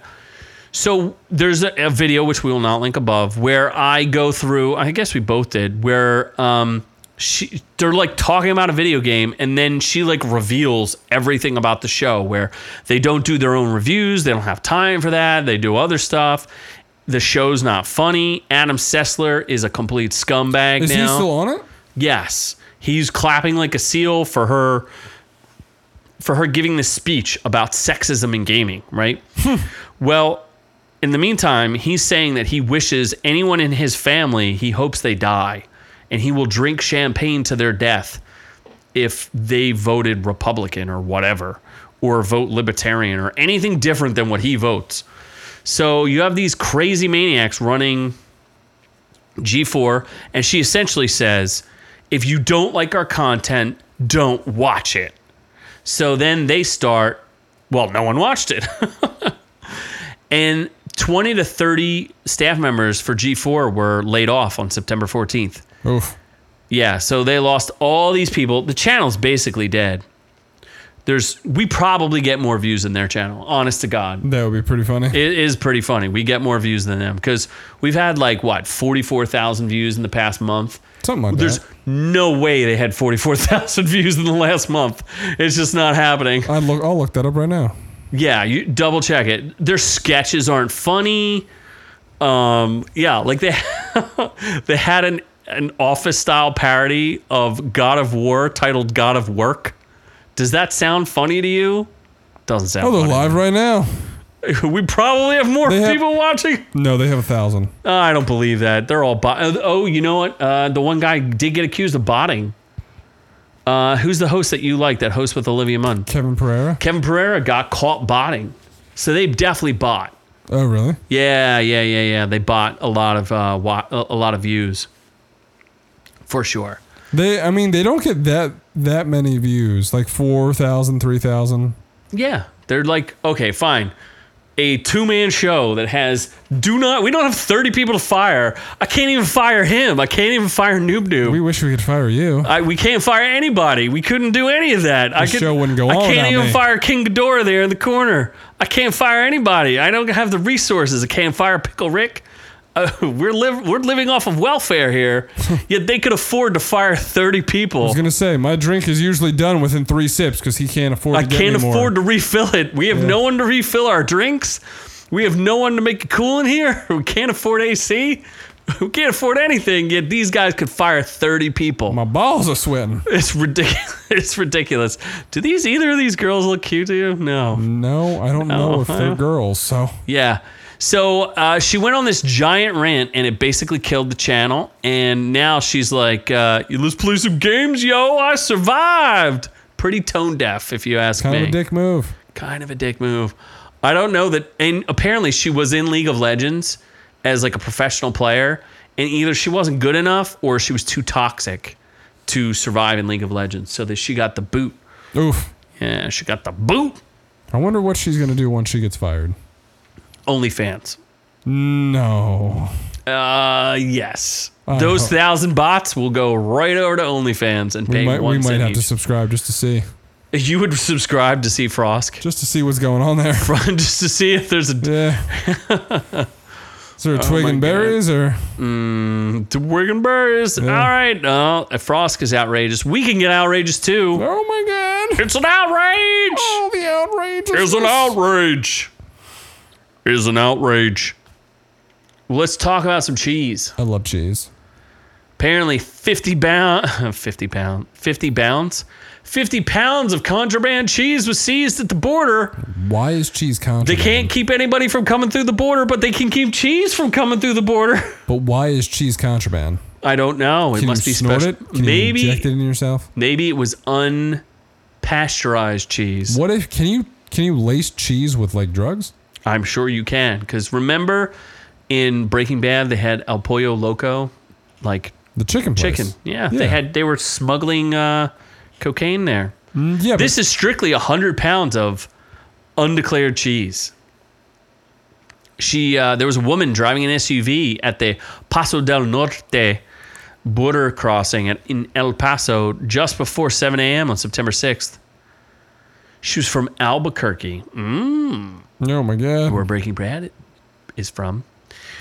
So there's a, a video which we will not link above where I go through. I guess we both did. Where um, she they're like talking about a video game, and then she like reveals everything about the show. Where they don't do their own reviews, they don't have time for that. They do other stuff. The show's not funny. Adam Sessler is a complete scumbag Is he now. still on it? Yes, he's clapping like a seal for her for her giving this speech about sexism in gaming, right? well, in the meantime, he's saying that he wishes anyone in his family, he hopes they die and he will drink champagne to their death if they voted Republican or whatever or vote libertarian or anything different than what he votes. So you have these crazy maniacs running G4, and she essentially says, if you don't like our content, don't watch it. So then they start, well, no one watched it. and 20 to 30 staff members for G4 were laid off on September 14th. Oof. Yeah, so they lost all these people. The channel's basically dead. There's we probably get more views than their channel, honest to God That would be pretty funny. it is pretty funny. We get more views than them because we've had like what forty four thousand views in the past month. Something like There's that. no way they had forty four thousand views in the last month. It's just not happening. I look. I'll look that up right now. Yeah, you double check it. Their sketches aren't funny. Um, yeah, like they they had an an office style parody of God of War titled God of Work Does that sound funny to you? Doesn't sound Oh, they're funny. live right now. we probably have more They have- people watching. No, they have a thousand. Uh, I don't believe that. They're all bot. Oh, you know what? Uh, the one guy did get accused of botting. Uh, who's the host that you like? That host with Olivia Munn. Kevin Pereira. Kevin Pereira got caught botting, so they definitely bought. Oh, really? Yeah, yeah, yeah, yeah. They bought a lot of uh, wa- a a lot of views, for sure. They, I mean, they don't get that that many views, like 4,000, 3,000. Yeah, they're like, okay, fine. A two man show that has do not. We don't have thirty people to fire. I can't even fire him. I can't even fire Noob Noob. We wish we could fire you. I, we can't fire anybody. We couldn't do any of that. I The could- show wouldn't go I on can't without even me. fire King Ghidorah there in the corner. I can't fire anybody. I don't have the resources. I can't fire Pickle Rick. Uh, we're live. we're living off of welfare here. yet they could afford to fire thirty I people. was gonna say my drink is usually done within three sips because he can't afford. I to get can't any more. afford to refill it. We have no one to refill our drinks. We have no one to make it cool in here. We can't afford AC. We can't afford anything. Yet these guys could fire thirty people. My balls are sweating. It's ridiculous. It's ridiculous. Do these either of these girls look cute to you? No. No, I don't know if I- they're girls. So Yeah. So uh, she went on this giant rant, and it basically killed the channel. And now she's like, uh, "Let's play some games, yo! I survived." Pretty tone deaf, if you ask kind me. of a dick move. Kind of a dick move. I don't know that. And apparently, she was in League of Legends as like a professional player, and either she wasn't good enough or she was too toxic to survive in League of Legends, so that she got the boot. Oof. Yeah, she got the boot. I wonder what she's gonna do once she gets fired. OnlyFans. No. Uh, yes. I Those hope- thousand bots will go right over to OnlyFans and pay We might, one we might cent have to each. subscribe just to see, You would subscribe to see Frost just to see what's going on there. just to see if there's a. Yeah. Is there a twig Oh my and God. berries or? To Wigan Burrs. All right. No, if Frost is outrageous, we can get outrageous too. Oh my God! It's an outrage. All the outrage. It's an outrage. It's an outrage. Let's talk about some cheese. I love cheese. Apparently, 50 pound, 50 pound, 50 pounds, 50 pounds of contraband cheese was seized at the border. Why is cheese They contraband? can't keep anybody from coming through the border, but they can keep cheese from coming through the border. But why is cheese contraband? I don't know. It Can must you be snort special. it? Can maybe, you inject it in yourself? maybe it was unpasteurized cheese. What if can you can you lace cheese with like drugs? I'm sure you can, because remember, in Breaking Bad, they had El Pollo Loco, like The chicken place. chicken. Yeah, they Yeah. had they were smuggling uh, cocaine there. Yeah, This is strictly 100 pounds of undeclared cheese. She, uh, there was a woman driving an SUV at the Paso del Norte border crossing at, in El Paso just before 7 a.m. on September 6th. She was from Albuquerque, but, oh my god. where Breaking Bad is from.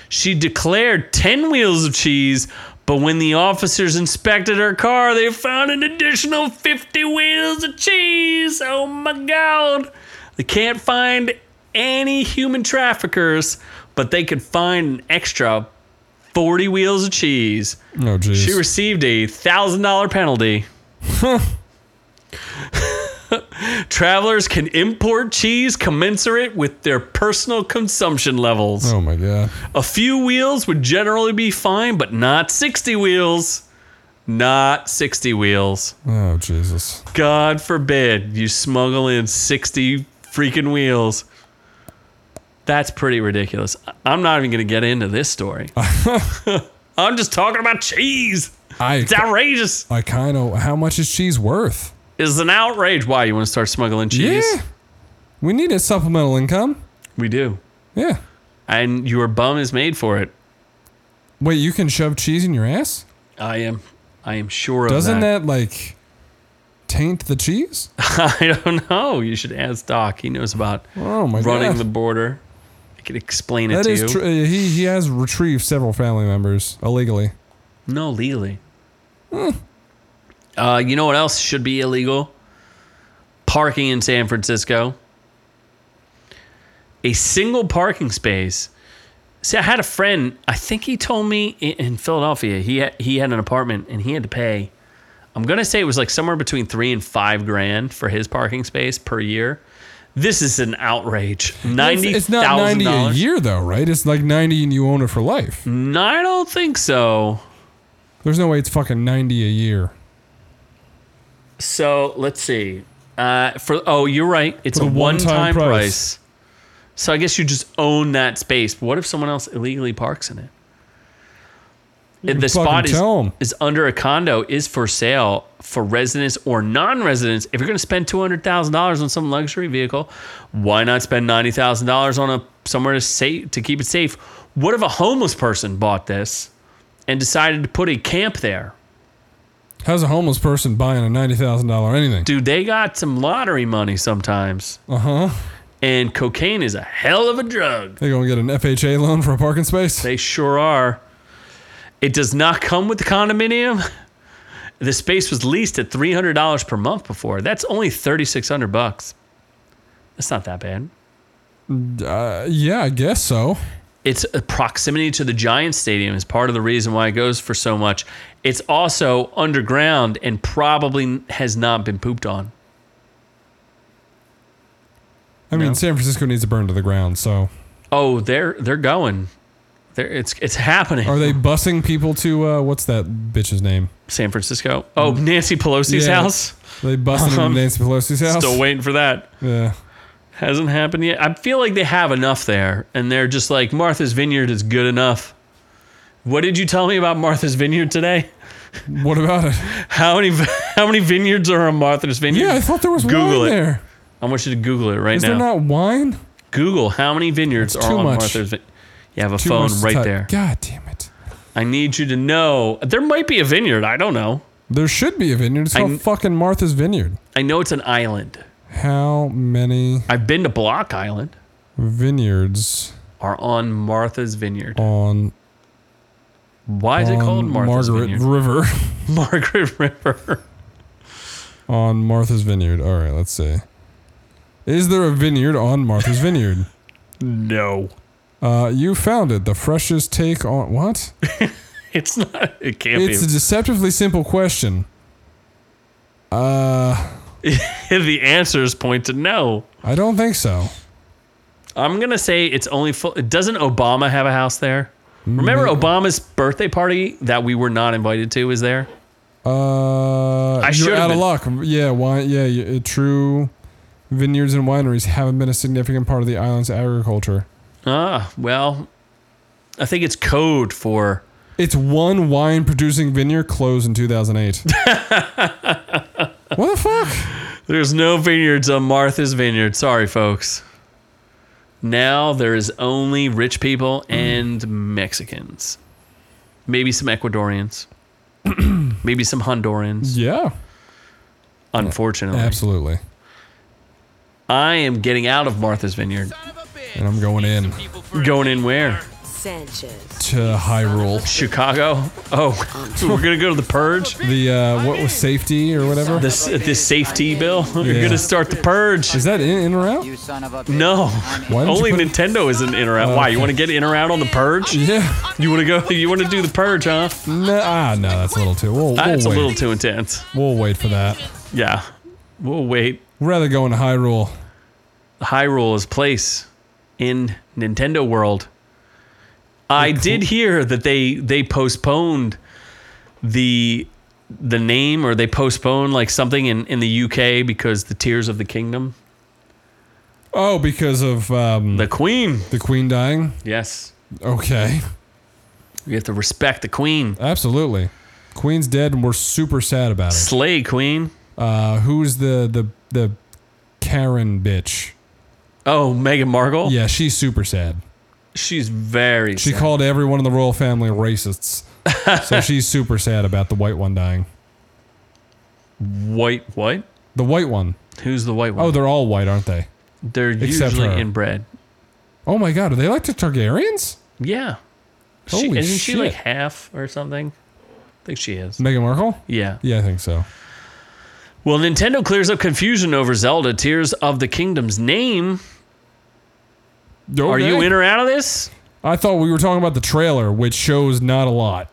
She declared 10 wheels of cheese, but when the officers inspected her car, they found an additional 50 wheels of cheese. Oh my God. They can't find any human traffickers, but they could find an extra 40 wheels of cheese. No oh, She jeez. received a thousand dollar penalty. Travelers can import cheese commensurate with their personal consumption levels. oh my god. A few wheels would generally be fine, but not 60 wheels. Not 60 wheels. Oh Jesus. God forbid you smuggle in 60 freaking wheels. That's pretty ridiculous. I- I'm not even going to get into this story. I'm just talking about cheese. I It's outrageous. I kind of how much is cheese worth? is an outrage. Why you want to start smuggling cheese? Yeah. We need a supplemental income. We do. Yeah. And your bum is made for it. Wait, you can shove cheese in your ass? I am. I am sure of Doesn't that like taint the cheese? I don't know. You should ask Doc. He knows about Oh my running god. the border. I could explain it that to is you. true. He he has retrieved several family members illegally. No, legally. Hmm. Uh, you know what else should be illegal? Parking in San Francisco. A single parking space. See, I had a friend. I think he told me i- in Philadelphia he had, he had an apartment and he had to pay. I'm gonna say it was like somewhere between three and five grand for his parking space per year. This is an outrage. It's- Ninety It's not thousand ninety a dollars. Mm. year though, right? It's like ninety and you own it for life. No, I don't think so. There's no way it's fucking ninety a year. So let's see. Uh, for oh, you're right. It's For a the one one-time time price. price. So I guess you just own that space. But what if someone else illegally parks in it? And fucking the spot is, tell 'em. is under a condo is for sale for residents or non-residents. If you're going to spend two hundred thousand dollars on some luxury vehicle, why not spend ninety thousand dollars on a somewhere to safe to keep it safe? What if a homeless person bought this and decided to put a camp there? How's a homeless person buying a ninety thousand dollar anything? dude, they got some lottery money sometimes. Uh huh. And cocaine is a hell of a drug. They gonna get an FHA loan for a parking space? They sure are. It does not come with the condominium. The space was leased at three hundred dollars per month before. That's only thirty six hundred bucks. That's not that bad. Uh, yeah, I guess so. It's a proximity to the Giant Stadium is part of the reason why it goes for so much. It's also underground and probably has not been pooped on. I mean, No. San Francisco needs to burn to the ground. So, Oh, they're they're going. They're, it's it's happening. are they bussing people to uh, what's that bitch's name? San Francisco. Oh, Nancy Pelosi's Yeah. house. Are they bussing them Um, to Nancy Pelosi's house? Still waiting for that. Yeah. Hasn't happened yet. I feel like they have enough there, and they're just like Martha's Vineyard is good enough. What did you tell me about Martha's Vineyard today? What about it? How many how many vineyards are on Martha's Vineyard? Yeah, I thought there was Google wine it. there. I want you to Google it right Is now. there not wine? Google how many vineyards It's are too on much. Martha's Vineyard. You have a Too phone much to right type. there. God damn it. I need you to know. There might be a vineyard. I don't know. There should be a vineyard. It's I called kn- fucking Martha's Vineyard. I know it's an island. How many I've been to Block Island. vineyards Are on Martha's Vineyard. on, Why is it called on Martha's Margaret Vineyard? River? Margaret River. on Martha's Vineyard. All right, let's see. Is there a vineyard on Martha's Vineyard? No. Uh, you found it. The freshest take on what? It's not. It can't It's a deceptively simple question. Uh, be. the answers point to no. I don't think so. I'm gonna say it's only full. Doesn't Obama have a house there? Remember Obama's birthday party that we were not invited to is there? Uh, I you're should've out of been. luck. Yeah, wine. Yeah, y- uh, true. Vineyards and wineries haven't been a significant part of the island's agriculture. Ah, well, I think it's code for It's one wine-producing vineyard closed in 2008. what the fuck? there's no vineyards on Martha's Vineyard. Sorry, folks. Now there is only rich people and Mexicans. Maybe some Ecuadorians. Maybe some Hondurans. Yeah, Unfortunately, absolutely. I am getting out of Martha's Vineyard. And I'm going in Going in where? Sanchez. to Hyrule. Chicago. Oh, we're gonna go to the purge. The uh, what was safety or whatever? This this safety bill. You're Yeah. gonna start the purge. Is that in, in or out? You son of a bitch. No. Why didn't you Only put it- Nintendo isn't in or out. Why? You want to get in or out on the purge? Yeah. You want to go? You want to do the purge, huh? No, ah, no, that's a little too. We'll, we'll That's a wait. little too intense. We'll wait for that. Yeah. We'll wait. We'd rather go into Hyrule. Hyrule is place in Nintendo World. I did hear that they they postponed the the name or they postponed like something in, in the UK because the Tears of the Kingdom. Oh, because of um, The Queen. the queen dying. Yes. Okay, We have to respect the Queen. absolutely. Queen's dead, and we're super sad about it. Slay Queen. Uh, who's the the the Karen bitch? Oh, Meghan Markle. Yeah, she's super sad. She's very She sad. called everyone in the royal family racists, so she's super sad about the white one dying. white what? The white one. Who's the white one? Oh, they're all white, aren't they? they're except usually her. inbred. Oh my god, are they like the Targaryens? Yeah. she, Holy isn't she like shit. half or something? I think she is. Meghan Markle? Yeah. Yeah, I think so. Well, Nintendo clears up confusion over Zelda Tears of the Kingdom's name. Are you Okay. in or out of this? I thought we were talking about the trailer, which shows not a lot.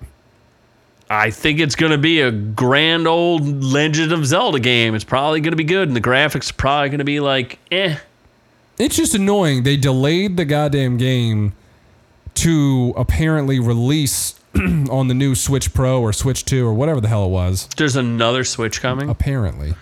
I think it's going to be a grand old Legend of Zelda game. It's probably going to be good, and the graphics are probably going to be like, eh. It's just annoying. They delayed the goddamn game to apparently release on the new Switch Pro or Switch 2 or whatever the hell it was. There's another Switch coming. Apparently.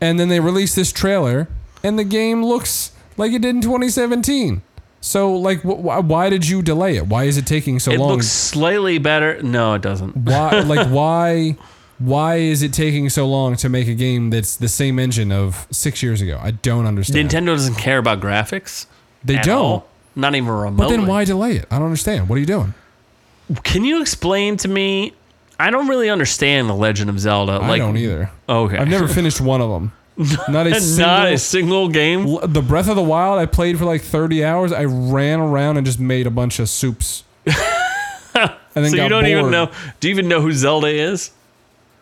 And then they released this trailer, and the game looks like it did in 2017. So, like, wh- wh- why did you delay it? Why is it taking so It long? looks slightly better. No, it doesn't. why like why why is it taking so long to make a game that's the same engine of six years ago? I don't understand. Nintendo doesn't care about graphics. they at don't. all. Not even remotely. But then why delay it? I don't understand. What are you doing? Can you explain to me? I don't really understand the Legend of Zelda. I like, don't either. Okay. I've never finished one of them. Not a That's single. not a single game. L- The Breath of the Wild I played for like 30 hours. I ran around and just made a bunch of soups. and then So got you don't even bored. know. Do you even know who Zelda is?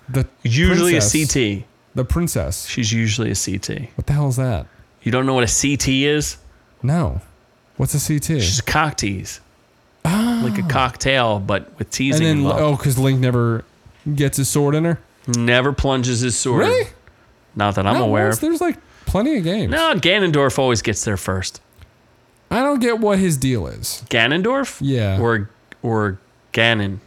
the Usually princess. a CT. The princess. She's usually a CT. What the hell is that? You don't know what a CT is? No. What's a CT? She's a cock tease. Like a cocktail, but Ah. with and teasing then involved. oh, because Link never gets his sword in her. Never plunges his sword. Really? Not that I'm Not aware once? of. There's like plenty of games. No, Ganondorf always gets there first. I don't get what his deal is. Ganondorf? Yeah. Or or Ganon.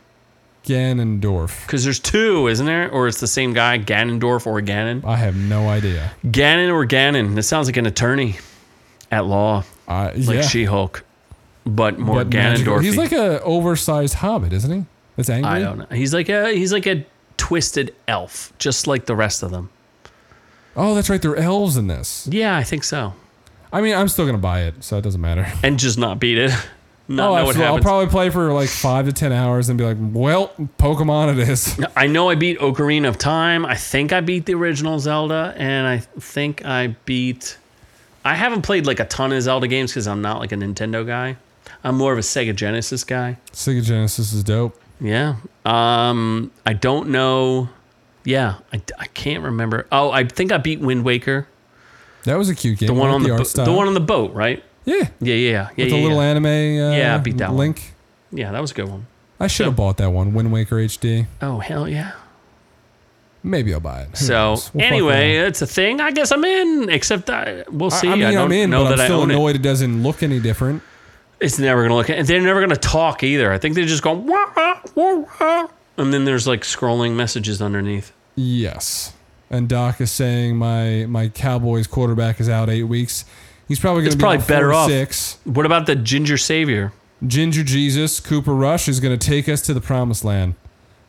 Ganondorf. Because there's two, isn't there? Or it's the same guy, Ganondorf or Ganon. I have no idea. Ganon or Ganon. That sounds like an attorney at law, I, like yeah. She Hulk, but more But magical- Ganondorf. He's like a oversized hobbit, isn't he? That's angry. I don't know. He's like a he's like a twisted elf, just like the rest of them. Oh, that's right. There are elves in this. Yeah, I think so. I mean, I'm still gonna buy it, so it doesn't matter. And just not beat it. Not oh, know what absolutely. I'll happens. probably play for like five to ten hours and be like, "Well, Pokemon, it is." I know I beat Ocarina of Time. I think I beat the original Zelda, and I think I beat. I haven't played like a ton of Zelda games because I'm not like a Nintendo guy. I'm more of a Sega Genesis guy. Sega Genesis is dope. Yeah. Um, I don't know. Yeah, I, I can't remember. Oh, I think I beat Wind Waker, That was a cute game. the one I like on the art bo- style. the one on the boat, right? yeah, Yeah, yeah, yeah, yeah, with yeah, the yeah. little anime. Uh, Yeah, I beat that one. Link. Yeah, that was a good one. I should have bought that one, Wind Waker HD. Oh hell yeah! Maybe I'll buy it. Who So knows? Hmm. We'll fuck anyway, around. it's a thing. I guess I'm in. Except I, we'll see. I, I mean, don't am in, know but that I'm I still own it. annoyed it. doesn't look any different. It's never gonna look, and they're never gonna talk either. I think they're just going wah, wah, wah, wah. and then there's like scrolling messages underneath. Yes. And Doc is saying my my Cowboys quarterback is out eight weeks. He's probably going It's to be probably out better four to off. Six. What about the ginger savior? Ginger Jesus Cooper Rush is going to take us to the promised land.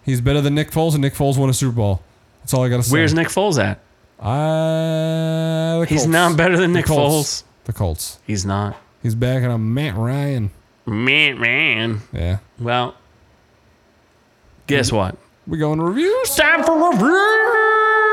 He's better than Nick Foles, and Nick Foles won a Super Bowl. That's all I got to say. Where's Nick Foles at? Uh, the He's Colts. not better than The Nick Colts. Foles. The Colts. He's not. He's back on a Matt Ryan. Man, man. Yeah. Well, guess Hmm. what? We're going to reviews. Time for reviews.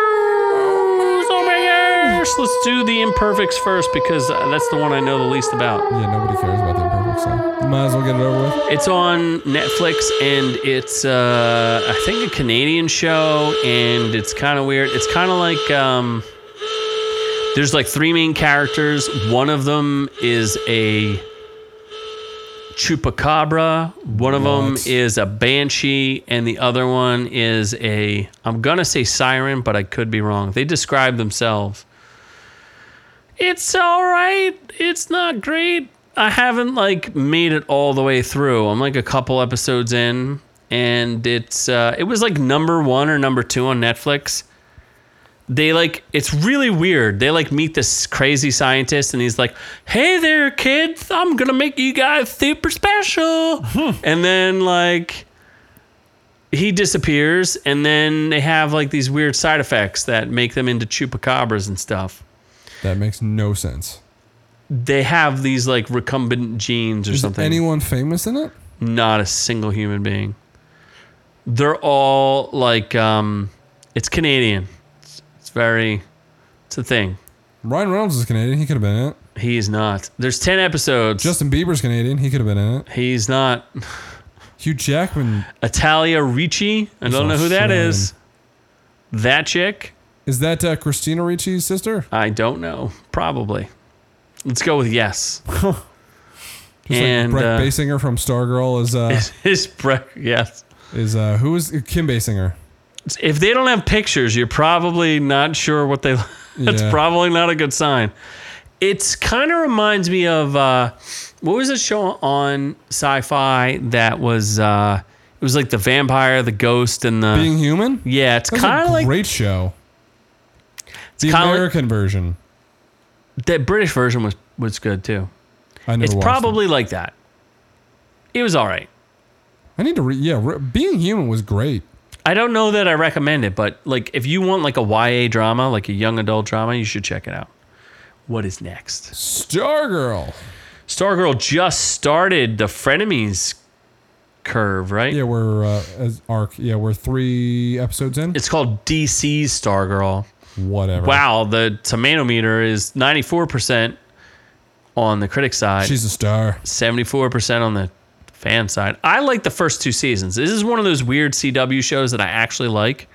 Oh my gosh! Let's do the imperfects first because uh, that's the one I know the least about. Yeah, nobody cares about the imperfect so Might as well get it over with. It's on Netflix and it's uh, I think a Canadian show and it's kind of weird. It's kind of like um, there's like three main characters. One of them is a chupacabra. One of them What? is a banshee, and the other one is a I'm gonna say siren, but I could be wrong. They describe themselves. It's all right. It's not great. I haven't like made it all the way through. I'm like a couple episodes in, and it's uh, it was like number one or number two on Netflix. They like it's really weird. They like meet this crazy scientist, and he's like, "Hey there, kids! I'm gonna make you guys super special." Hmm. and then like he disappears, and then they have like these weird side effects that make them into chupacabras and stuff That makes no sense. they have these like recumbent genes or Is something. anyone famous in it? Not a single human being. They're all like, um, it's Canadian. It's, it's very, it's a thing. Ryan Reynolds is Canadian. He could have been in it. He is not. There's 10 episodes. Justin Bieber's Canadian. He could have been in it. He's not. Hugh Jackman. Italia Ricci. I don't know who that is. That chick. Is that uh, Christina Ricci's sister? I don't know. Probably. Let's go with yes. Just And, like Breck uh, Basinger from Stargirl is. Uh, His breath. Yes. Is uh, who is Kim Basinger? If they don't have pictures, you're probably not sure what they. that's Yeah. probably not a good sign. It's kind of reminds me of uh, what was the show on Sci-Fi that was uh, it was like the vampire, the ghost, and the Being Human. yeah. It's That's a kind of like great show. The kinda like- American version. that British version was was good too. I never It's watched probably like that. It was all right. it. I need to. Re- yeah, re- Being Human was great. I don't know that I recommend it, but like if you want like a YA drama, like a young adult drama, you should check it out. What is next? Stargirl. Stargirl just started the frenemies curve, right? Yeah, we're uh, as arc. Yeah, we're three episodes in. It's called DC's Stargirl. Whatever. Wow, the tomato meter is 94% on the critic side, She's a star. 74% on the fan side. I like the first two seasons. This is one of those weird CW shows that I actually like.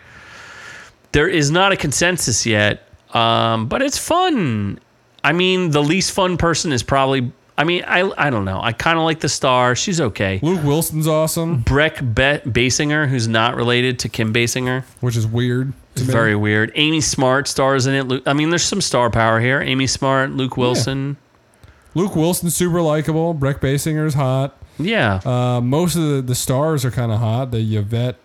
There is not a consensus yet, um, but it's fun. I mean, the least fun person is probably. I mean, I, I don't know. I kind of like the star. She's okay. Luke Wilson's awesome, Breck Bet Basinger, who's not related to Kim Basinger. which is weird. to me. Very weird. Amy Smart stars in it. Lu- I mean, there's some star power here. Amy Smart, Luke Wilson. Luke Wilson's super likable. Breck Basinger's hot. Yeah. Uh, most of the, the stars are kind of hot. The Yvette,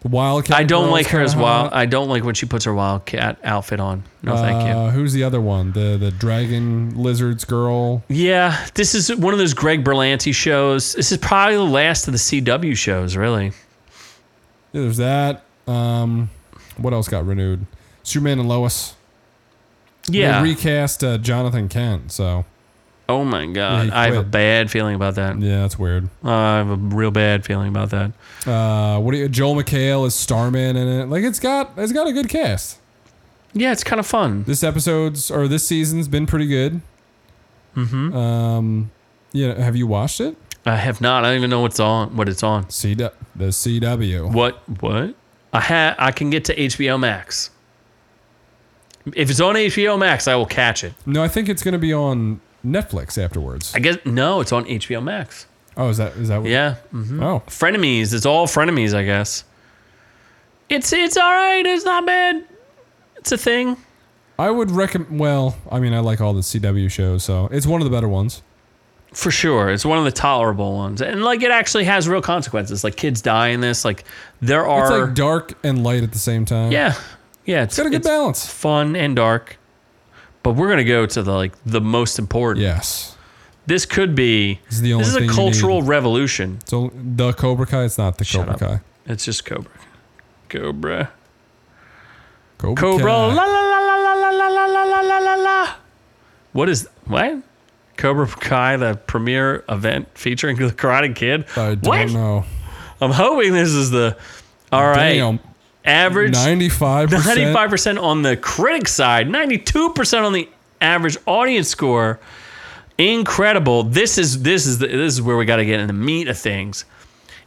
the Wildcat. I don't girl's like her kinda as wild. hot. I don't like when she puts her wildcat outfit on. No, Oh, thank Uh, who's the other one? The the dragon lizards girl. you. Yeah, this is one of those Greg Berlanti shows. This is probably the last of the CW shows, really. Yeah, there's that. Um, what else got renewed? Superman and Lois. Yeah. They recast uh, Jonathan Kent. So oh my god, Yeah, he I have a quit. bad feeling about that. yeah, that's weird. I have a real bad feeling about that. Uh, what do you, Joel McHale is Starman in it. Like it's got it's got a good cast. Yeah, it's kind of fun. This episode's or this season's been pretty good. Mm-hmm. Um, yeah. Have you watched it? I have not. I don't even know what's on. What it's on. C the CW. What? What? I ha- I can get to HBO Max. If it's on HBO Max, I will catch it. No, I think it's going to be on Netflix afterwards. I guess no, it's on HBO Max. Oh, is that is that? What, Yeah. mhm. Oh, Frenemies. It's all frenemies, I guess. It's it's all right. It's not bad. It's a thing. I would recommend. Well, I mean, I like all the CW shows, so it's one of the better ones. For sure. It's one of the tolerable ones. And like it actually has real consequences. Like kids die in this. Like there It's are like dark and light at the same time. Yeah. Yeah. it's It's, got a good it's balance. fun and dark. But we're gonna go to the like the most important. Yes, This could be It's the only this is a thing you cultural revolution. so the Cobra Kai. It's not the Cobra up. Kai. It's just Cobra. Cobra. Cobra. Cobra. La Kai. la la la la la la la la la la la. What is what? Cobra Kai, the premiere event featuring the Karate Kid. I don't what? know. I'm hoping this is the all right. Damn. Average Ninety-five. 95% on the critic side, 92% on the average audience score. Incredible. This is this is the, this is where we got to get in the meat of things.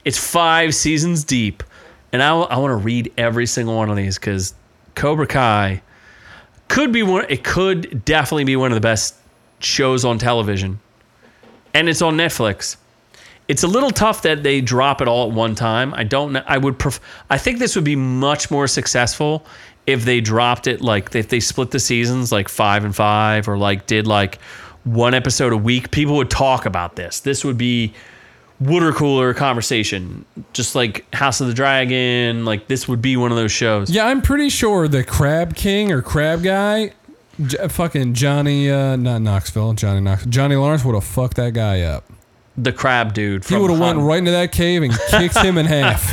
It's 5 seasons deep. And I want to read every single one of these cuz Cobra Kai could be one it could definitely be one of the best shows on television. And it's on Netflix. It's a little tough that they drop it all at one time. I don't know. I would pref- I think this would be much more successful if they dropped it like if they split the seasons like 5 and 5 or like did like one episode a week. People would talk about this. This would be water cooler conversation. Just like House of the Dragon, like this would be one of those shows. Yeah, I'm pretty sure the Crab King or Crab Guy, J- fucking Johnny, uh, not Knoxville, Johnny Knox, Johnny Lawrence would have fucked that guy up. The crab dude He from would have went Han- right into that cave and kicked him in half.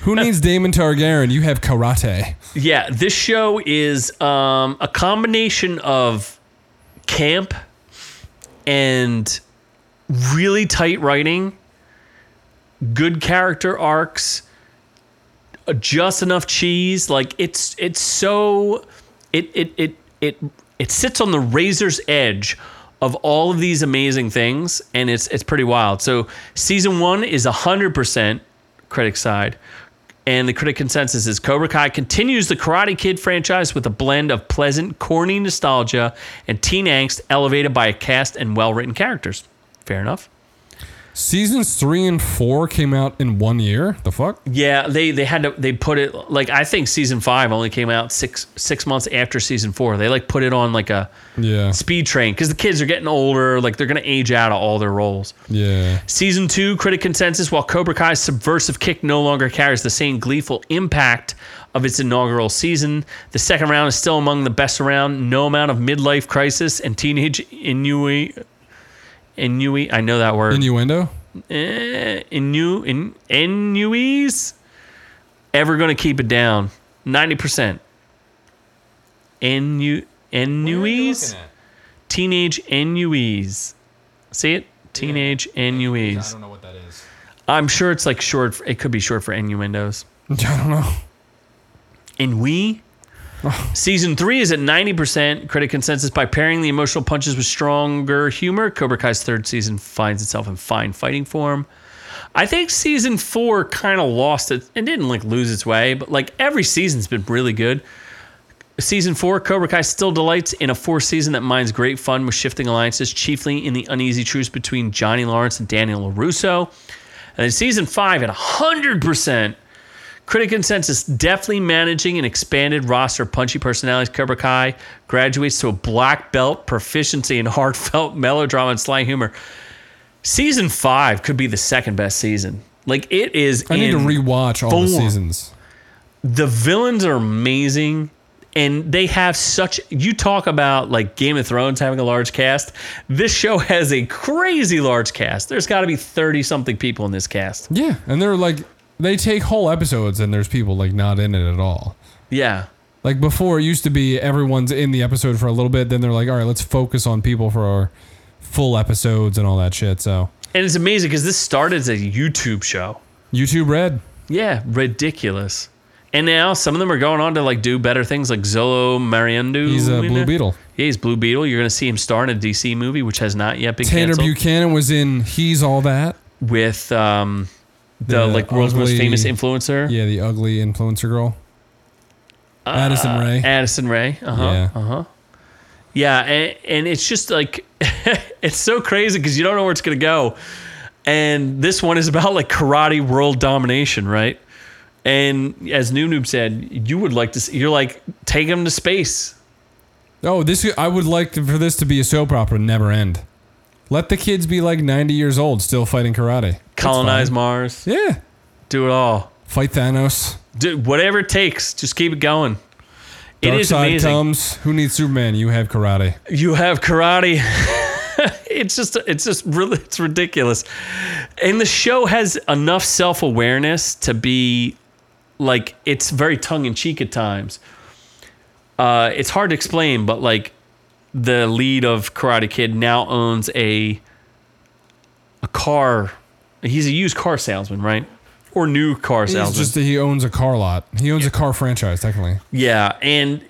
Who needs Damon Targaryen? You have karate. Yeah, this show is um, a combination of camp and really tight writing, good character arcs, uh, just enough cheese. Like it's it's so it it it it it sits on the razor's edge of all of these amazing things, and it's it's pretty wild. So season one is hundred percent critic side. And the critic consensus is Cobra Kai continues the Karate Kid franchise with a blend of pleasant, corny nostalgia and teen angst elevated by a cast and well written characters. Fair enough. Seasons three and four came out in one year. The fuck? Yeah, they they had to they put it like I think season five only came out six six months after season four. They like put it on like a Yeah. speed train because the kids are getting older. Like they're gonna age out of all their roles. Yeah. Season two critic consensus: While Cobra Kai's subversive kick no longer carries the same gleeful impact of its inaugural season, the second round is still among the best around. No amount of midlife crisis and teenage inui inui I know that word Innuendo? eh, Inu in Inuis ever going to keep it down. Ninety percent. Inu Inuis, teenage Inuis. See it? Teenage Inuis. know what that is. I'm sure it's like short. It could be short for innuendos. I don't know. And we. Season three is at 90% critic consensus by pairing the emotional punches with stronger humor. Cobra Kai's third season finds itself in fine fighting form. I think season four kind of lost it and didn't like lose its way, but like every season's been really good. Season four, Cobra Kai still delights in a fourth season that mines great fun with shifting alliances, chiefly in the uneasy truce between Johnny Lawrence and Daniel LaRusso. And then season five at 100%. Critic consensus deftly managing an expanded roster of punchy personalities. Cobra Kai graduates to a black belt proficiency in heartfelt melodrama and sly humor. Season five could be the second best season. Like it is. I need to in- rewatch all the four. seasons. the villains are amazing and they have such you talk about like game of thrones having a large cast this show has a crazy large cast there's got to be 30 something people in this cast Yeah. And they're like, they take whole episodes and there's people like not in it at all. yeah Like before, it used to be everyone's in the episode for a little bit. Then they're like, all right, let's focus on people for our full episodes and all that shit. So and it's amazing because this started as a youtube show YouTube Red. yeah ridiculous and now some of them are going on to like do better things like zolo mariandu He's a Blue Beetle. yeah, he's blue beetle you're gonna see him star in a dc movie which has not yet been Tanner canceled Buchanan was in He's All That. with um the, The like world's most ugly- famous influencer Yeah, the ugly influencer girl. Uh, Addison Ray. Addison Ray. Uh huh. Yeah. Uh huh. Yeah, and, and it's just like it's so crazy because you don't know where it's gonna go. And this one is about like karate world domination, right? And as Noob Noob said, you would like to. See, you're like take him to space. Oh, this I would like to, for this to be a soap opera, never end. Let the kids be like 90 years old, still fighting karate. That's Colonize fine. Mars. Yeah. Do it all. Fight Thanos. Do whatever it takes. Just keep it going. It Dark is side amazing. comes. Who needs Superman? You have karate. you have karate. it's just it's just really it's ridiculous. And the show has enough self-awareness to be like it's very tongue in cheek at times. Uh it's hard to explain, but like the lead of Karate Kid now owns a a car. He's a used car salesman, right? Or new car It's salesman. just that he owns a car lot. He owns a car franchise, technically. Yeah, and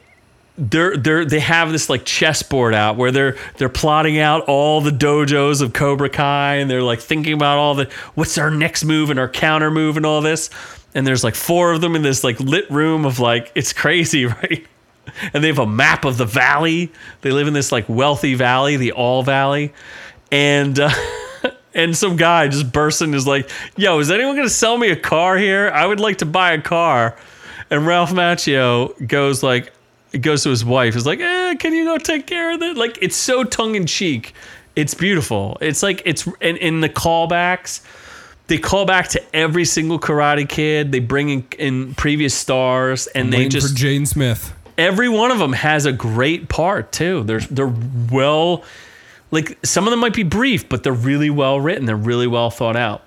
they're they're they have this like chessboard out where they're they're plotting out all the dojos of Cobra Kai and they're like thinking about all the what's our next move and our counter move and all this. And there's like four of them in this like lit room of like it's crazy, right? And they have a map of the valley. They live in this like wealthy valley, the All Valley, and uh, and some guy just bursts in and is like, "Yo, is anyone gonna sell me a car here? I would like to buy a car." And Ralph Macchio goes like, goes to his wife, is like, eh, "Can you go take care of it?" Like it's so tongue in cheek. It's beautiful. It's like it's and in the callbacks. They call back to every single Karate Kid. They bring in, in previous stars, and they Waiting just for Jaden Smith. every one of them has a great part too. They're they're well, like some of them might be brief, but they're really well written. They're really well thought out.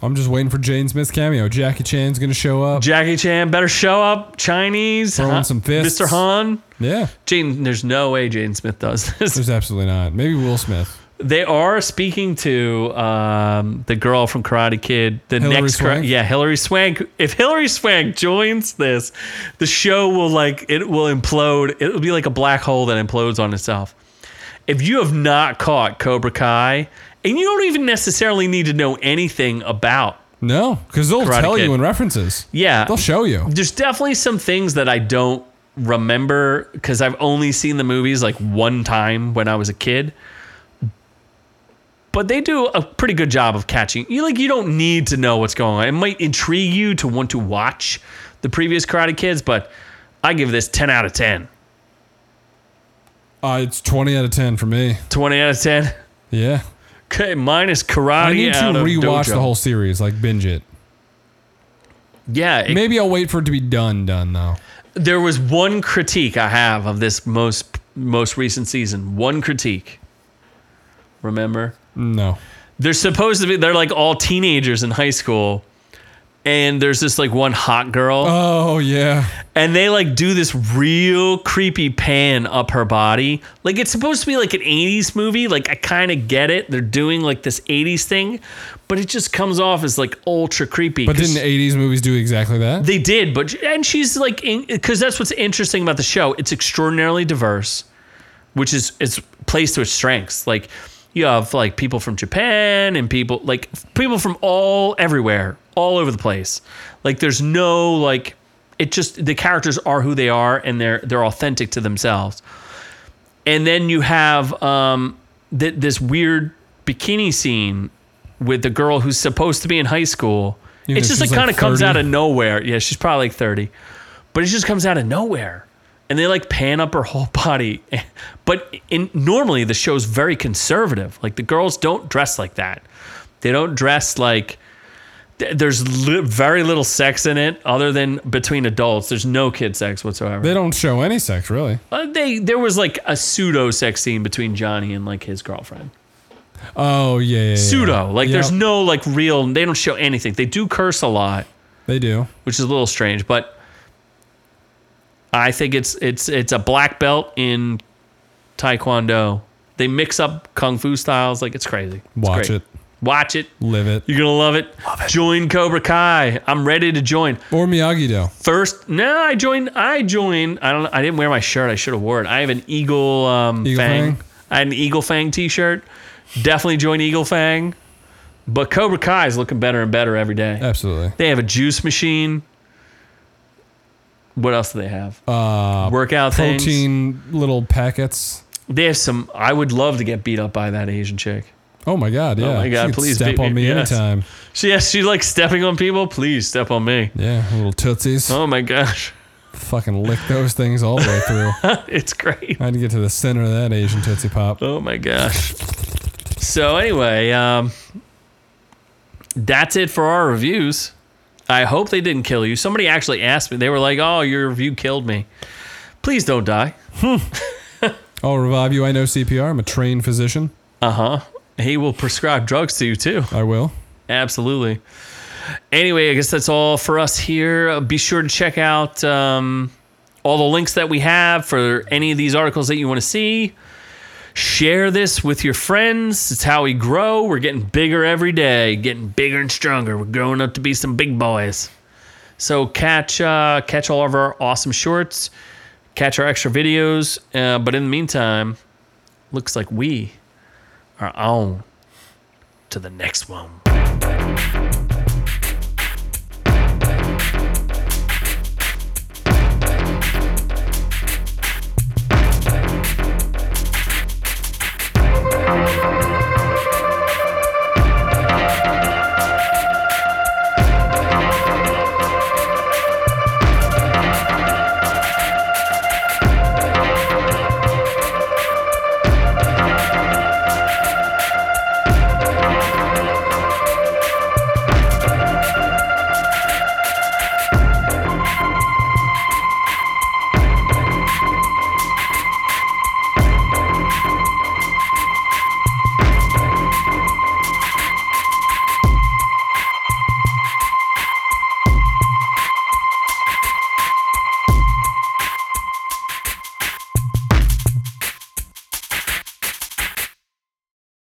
I'm just waiting for Jaden Smith's cameo. Jackie Chan's gonna show up. Jackie Chan better show up. Chinese, Throwing huh? some fists. Mr. Han. yeah, Jane, there's no way Jane Smith does this. there's absolutely not. Maybe Will Smith. They are speaking to um, the girl from Karate Kid. The Hilary next, Kara- Swank? yeah, Hillary Swank. If Hillary Swank joins this, the show will like it will implode. It will be like a black hole that implodes on itself. If you have not caught Cobra Kai, and you don't even necessarily need to know anything about, No, because they'll Karate tell Kid. you in references. yeah, They'll show you. there's definitely some things that I don't remember because I've only seen the movies like one time when I was a kid. but they do a pretty good job of catching. You like you don't need to know what's going on. It might intrigue you to want to watch the previous Karate Kids, but I give this 10 out of 10. Uh, it's 20 out of 10 for me. 20 out of 10. Yeah. Okay, minus karate. I need to Uh, out of rewatch dojo. the whole series, like binge it. Yeah, it- Maybe I'll wait for it to be done, done though. there was one critique I have of this most most recent season. One critique. Remember? No. They're supposed to be they're like all teenagers in high school. And there's this like one hot girl, Oh yeah. and they like do this real creepy pan up her body. Like it's supposed to be like an 80s movie. Like I kind of get it. They're doing like this 80s thing, but it just comes off as like ultra creepy. But 'cause- didn't '80s movies do exactly that? They did, but and she's like because that's what's interesting about the show. It's extraordinarily diverse, which is it's plays to its strengths. Like you have like people from Japan and people like people from all everywhere, all over the place. Like there's no like it just the characters are who they are and they're they're authentic to themselves. And then you have um th- this weird bikini scene with the girl who's supposed to be in high school. Yeah, it's just she's like kind like of comes 30. out of nowhere. Yeah, she's probably like 30. But it just comes out of nowhere. And they like pan up her whole body. But in normally the show's very conservative. Like the girls don't dress like that. They don't dress like th- there's li- very little sex in it other than between adults. There's no kid sex whatsoever. They don't show any sex really. Uh, they there was like a pseudo sex scene between Johnny and like his girlfriend. Oh yeah. yeah, yeah. Pseudo, like Yeah, there's no like real. They don't show anything. They do curse a lot, They do. which is a little strange, but I think it's it's it's a black belt in taekwondo. They mix up kung fu styles, like it's crazy. It's Watch it. great. watch it. Live it. You're gonna love it. Join Cobra Kai. I'm ready to join. Or Miyagi Do. First, no, I joined. I joined. I don't. I didn't wear my shirt. I should have worn it. I have an eagle, um, Eagle fang. fang? I had an eagle fang T-shirt. Definitely join Eagle Fang. But Cobra Kai is looking better and better every day. Absolutely. they have a juice machine. What else do they have? Uh, Workout things. Protein little packets. They have some. I would love to get beat up by that Asian chick. Oh my god. Yeah. my She God, could please step beat on me. me Yes. anytime. She, yes, she's like stepping on people. Please step on me. Yeah. Little tootsies. Oh my gosh, Fucking lick those things all the way through. it's great. I had to get to the center of that Asian tootsie pop. Oh my gosh. So anyway, um, that's it for our reviews. I hope they didn't kill you. Somebody actually asked me. They were like, "Oh, your review killed me." Please don't die. I'll revive you. I know CPR. I'm a trained physician. Uh huh. He will prescribe drugs to you too. I will. Absolutely. Anyway, I guess that's all for us here. Uh, Be sure to check out um, all the links that we have for any of these articles that you want to see. Share this with your friends. It's how we grow. We're getting bigger every day, getting bigger and stronger. We're growing up to be some big boys. So catch uh, catch all of our awesome shorts, catch our extra videos. Uh, but in the meantime, looks like we are on to the next one.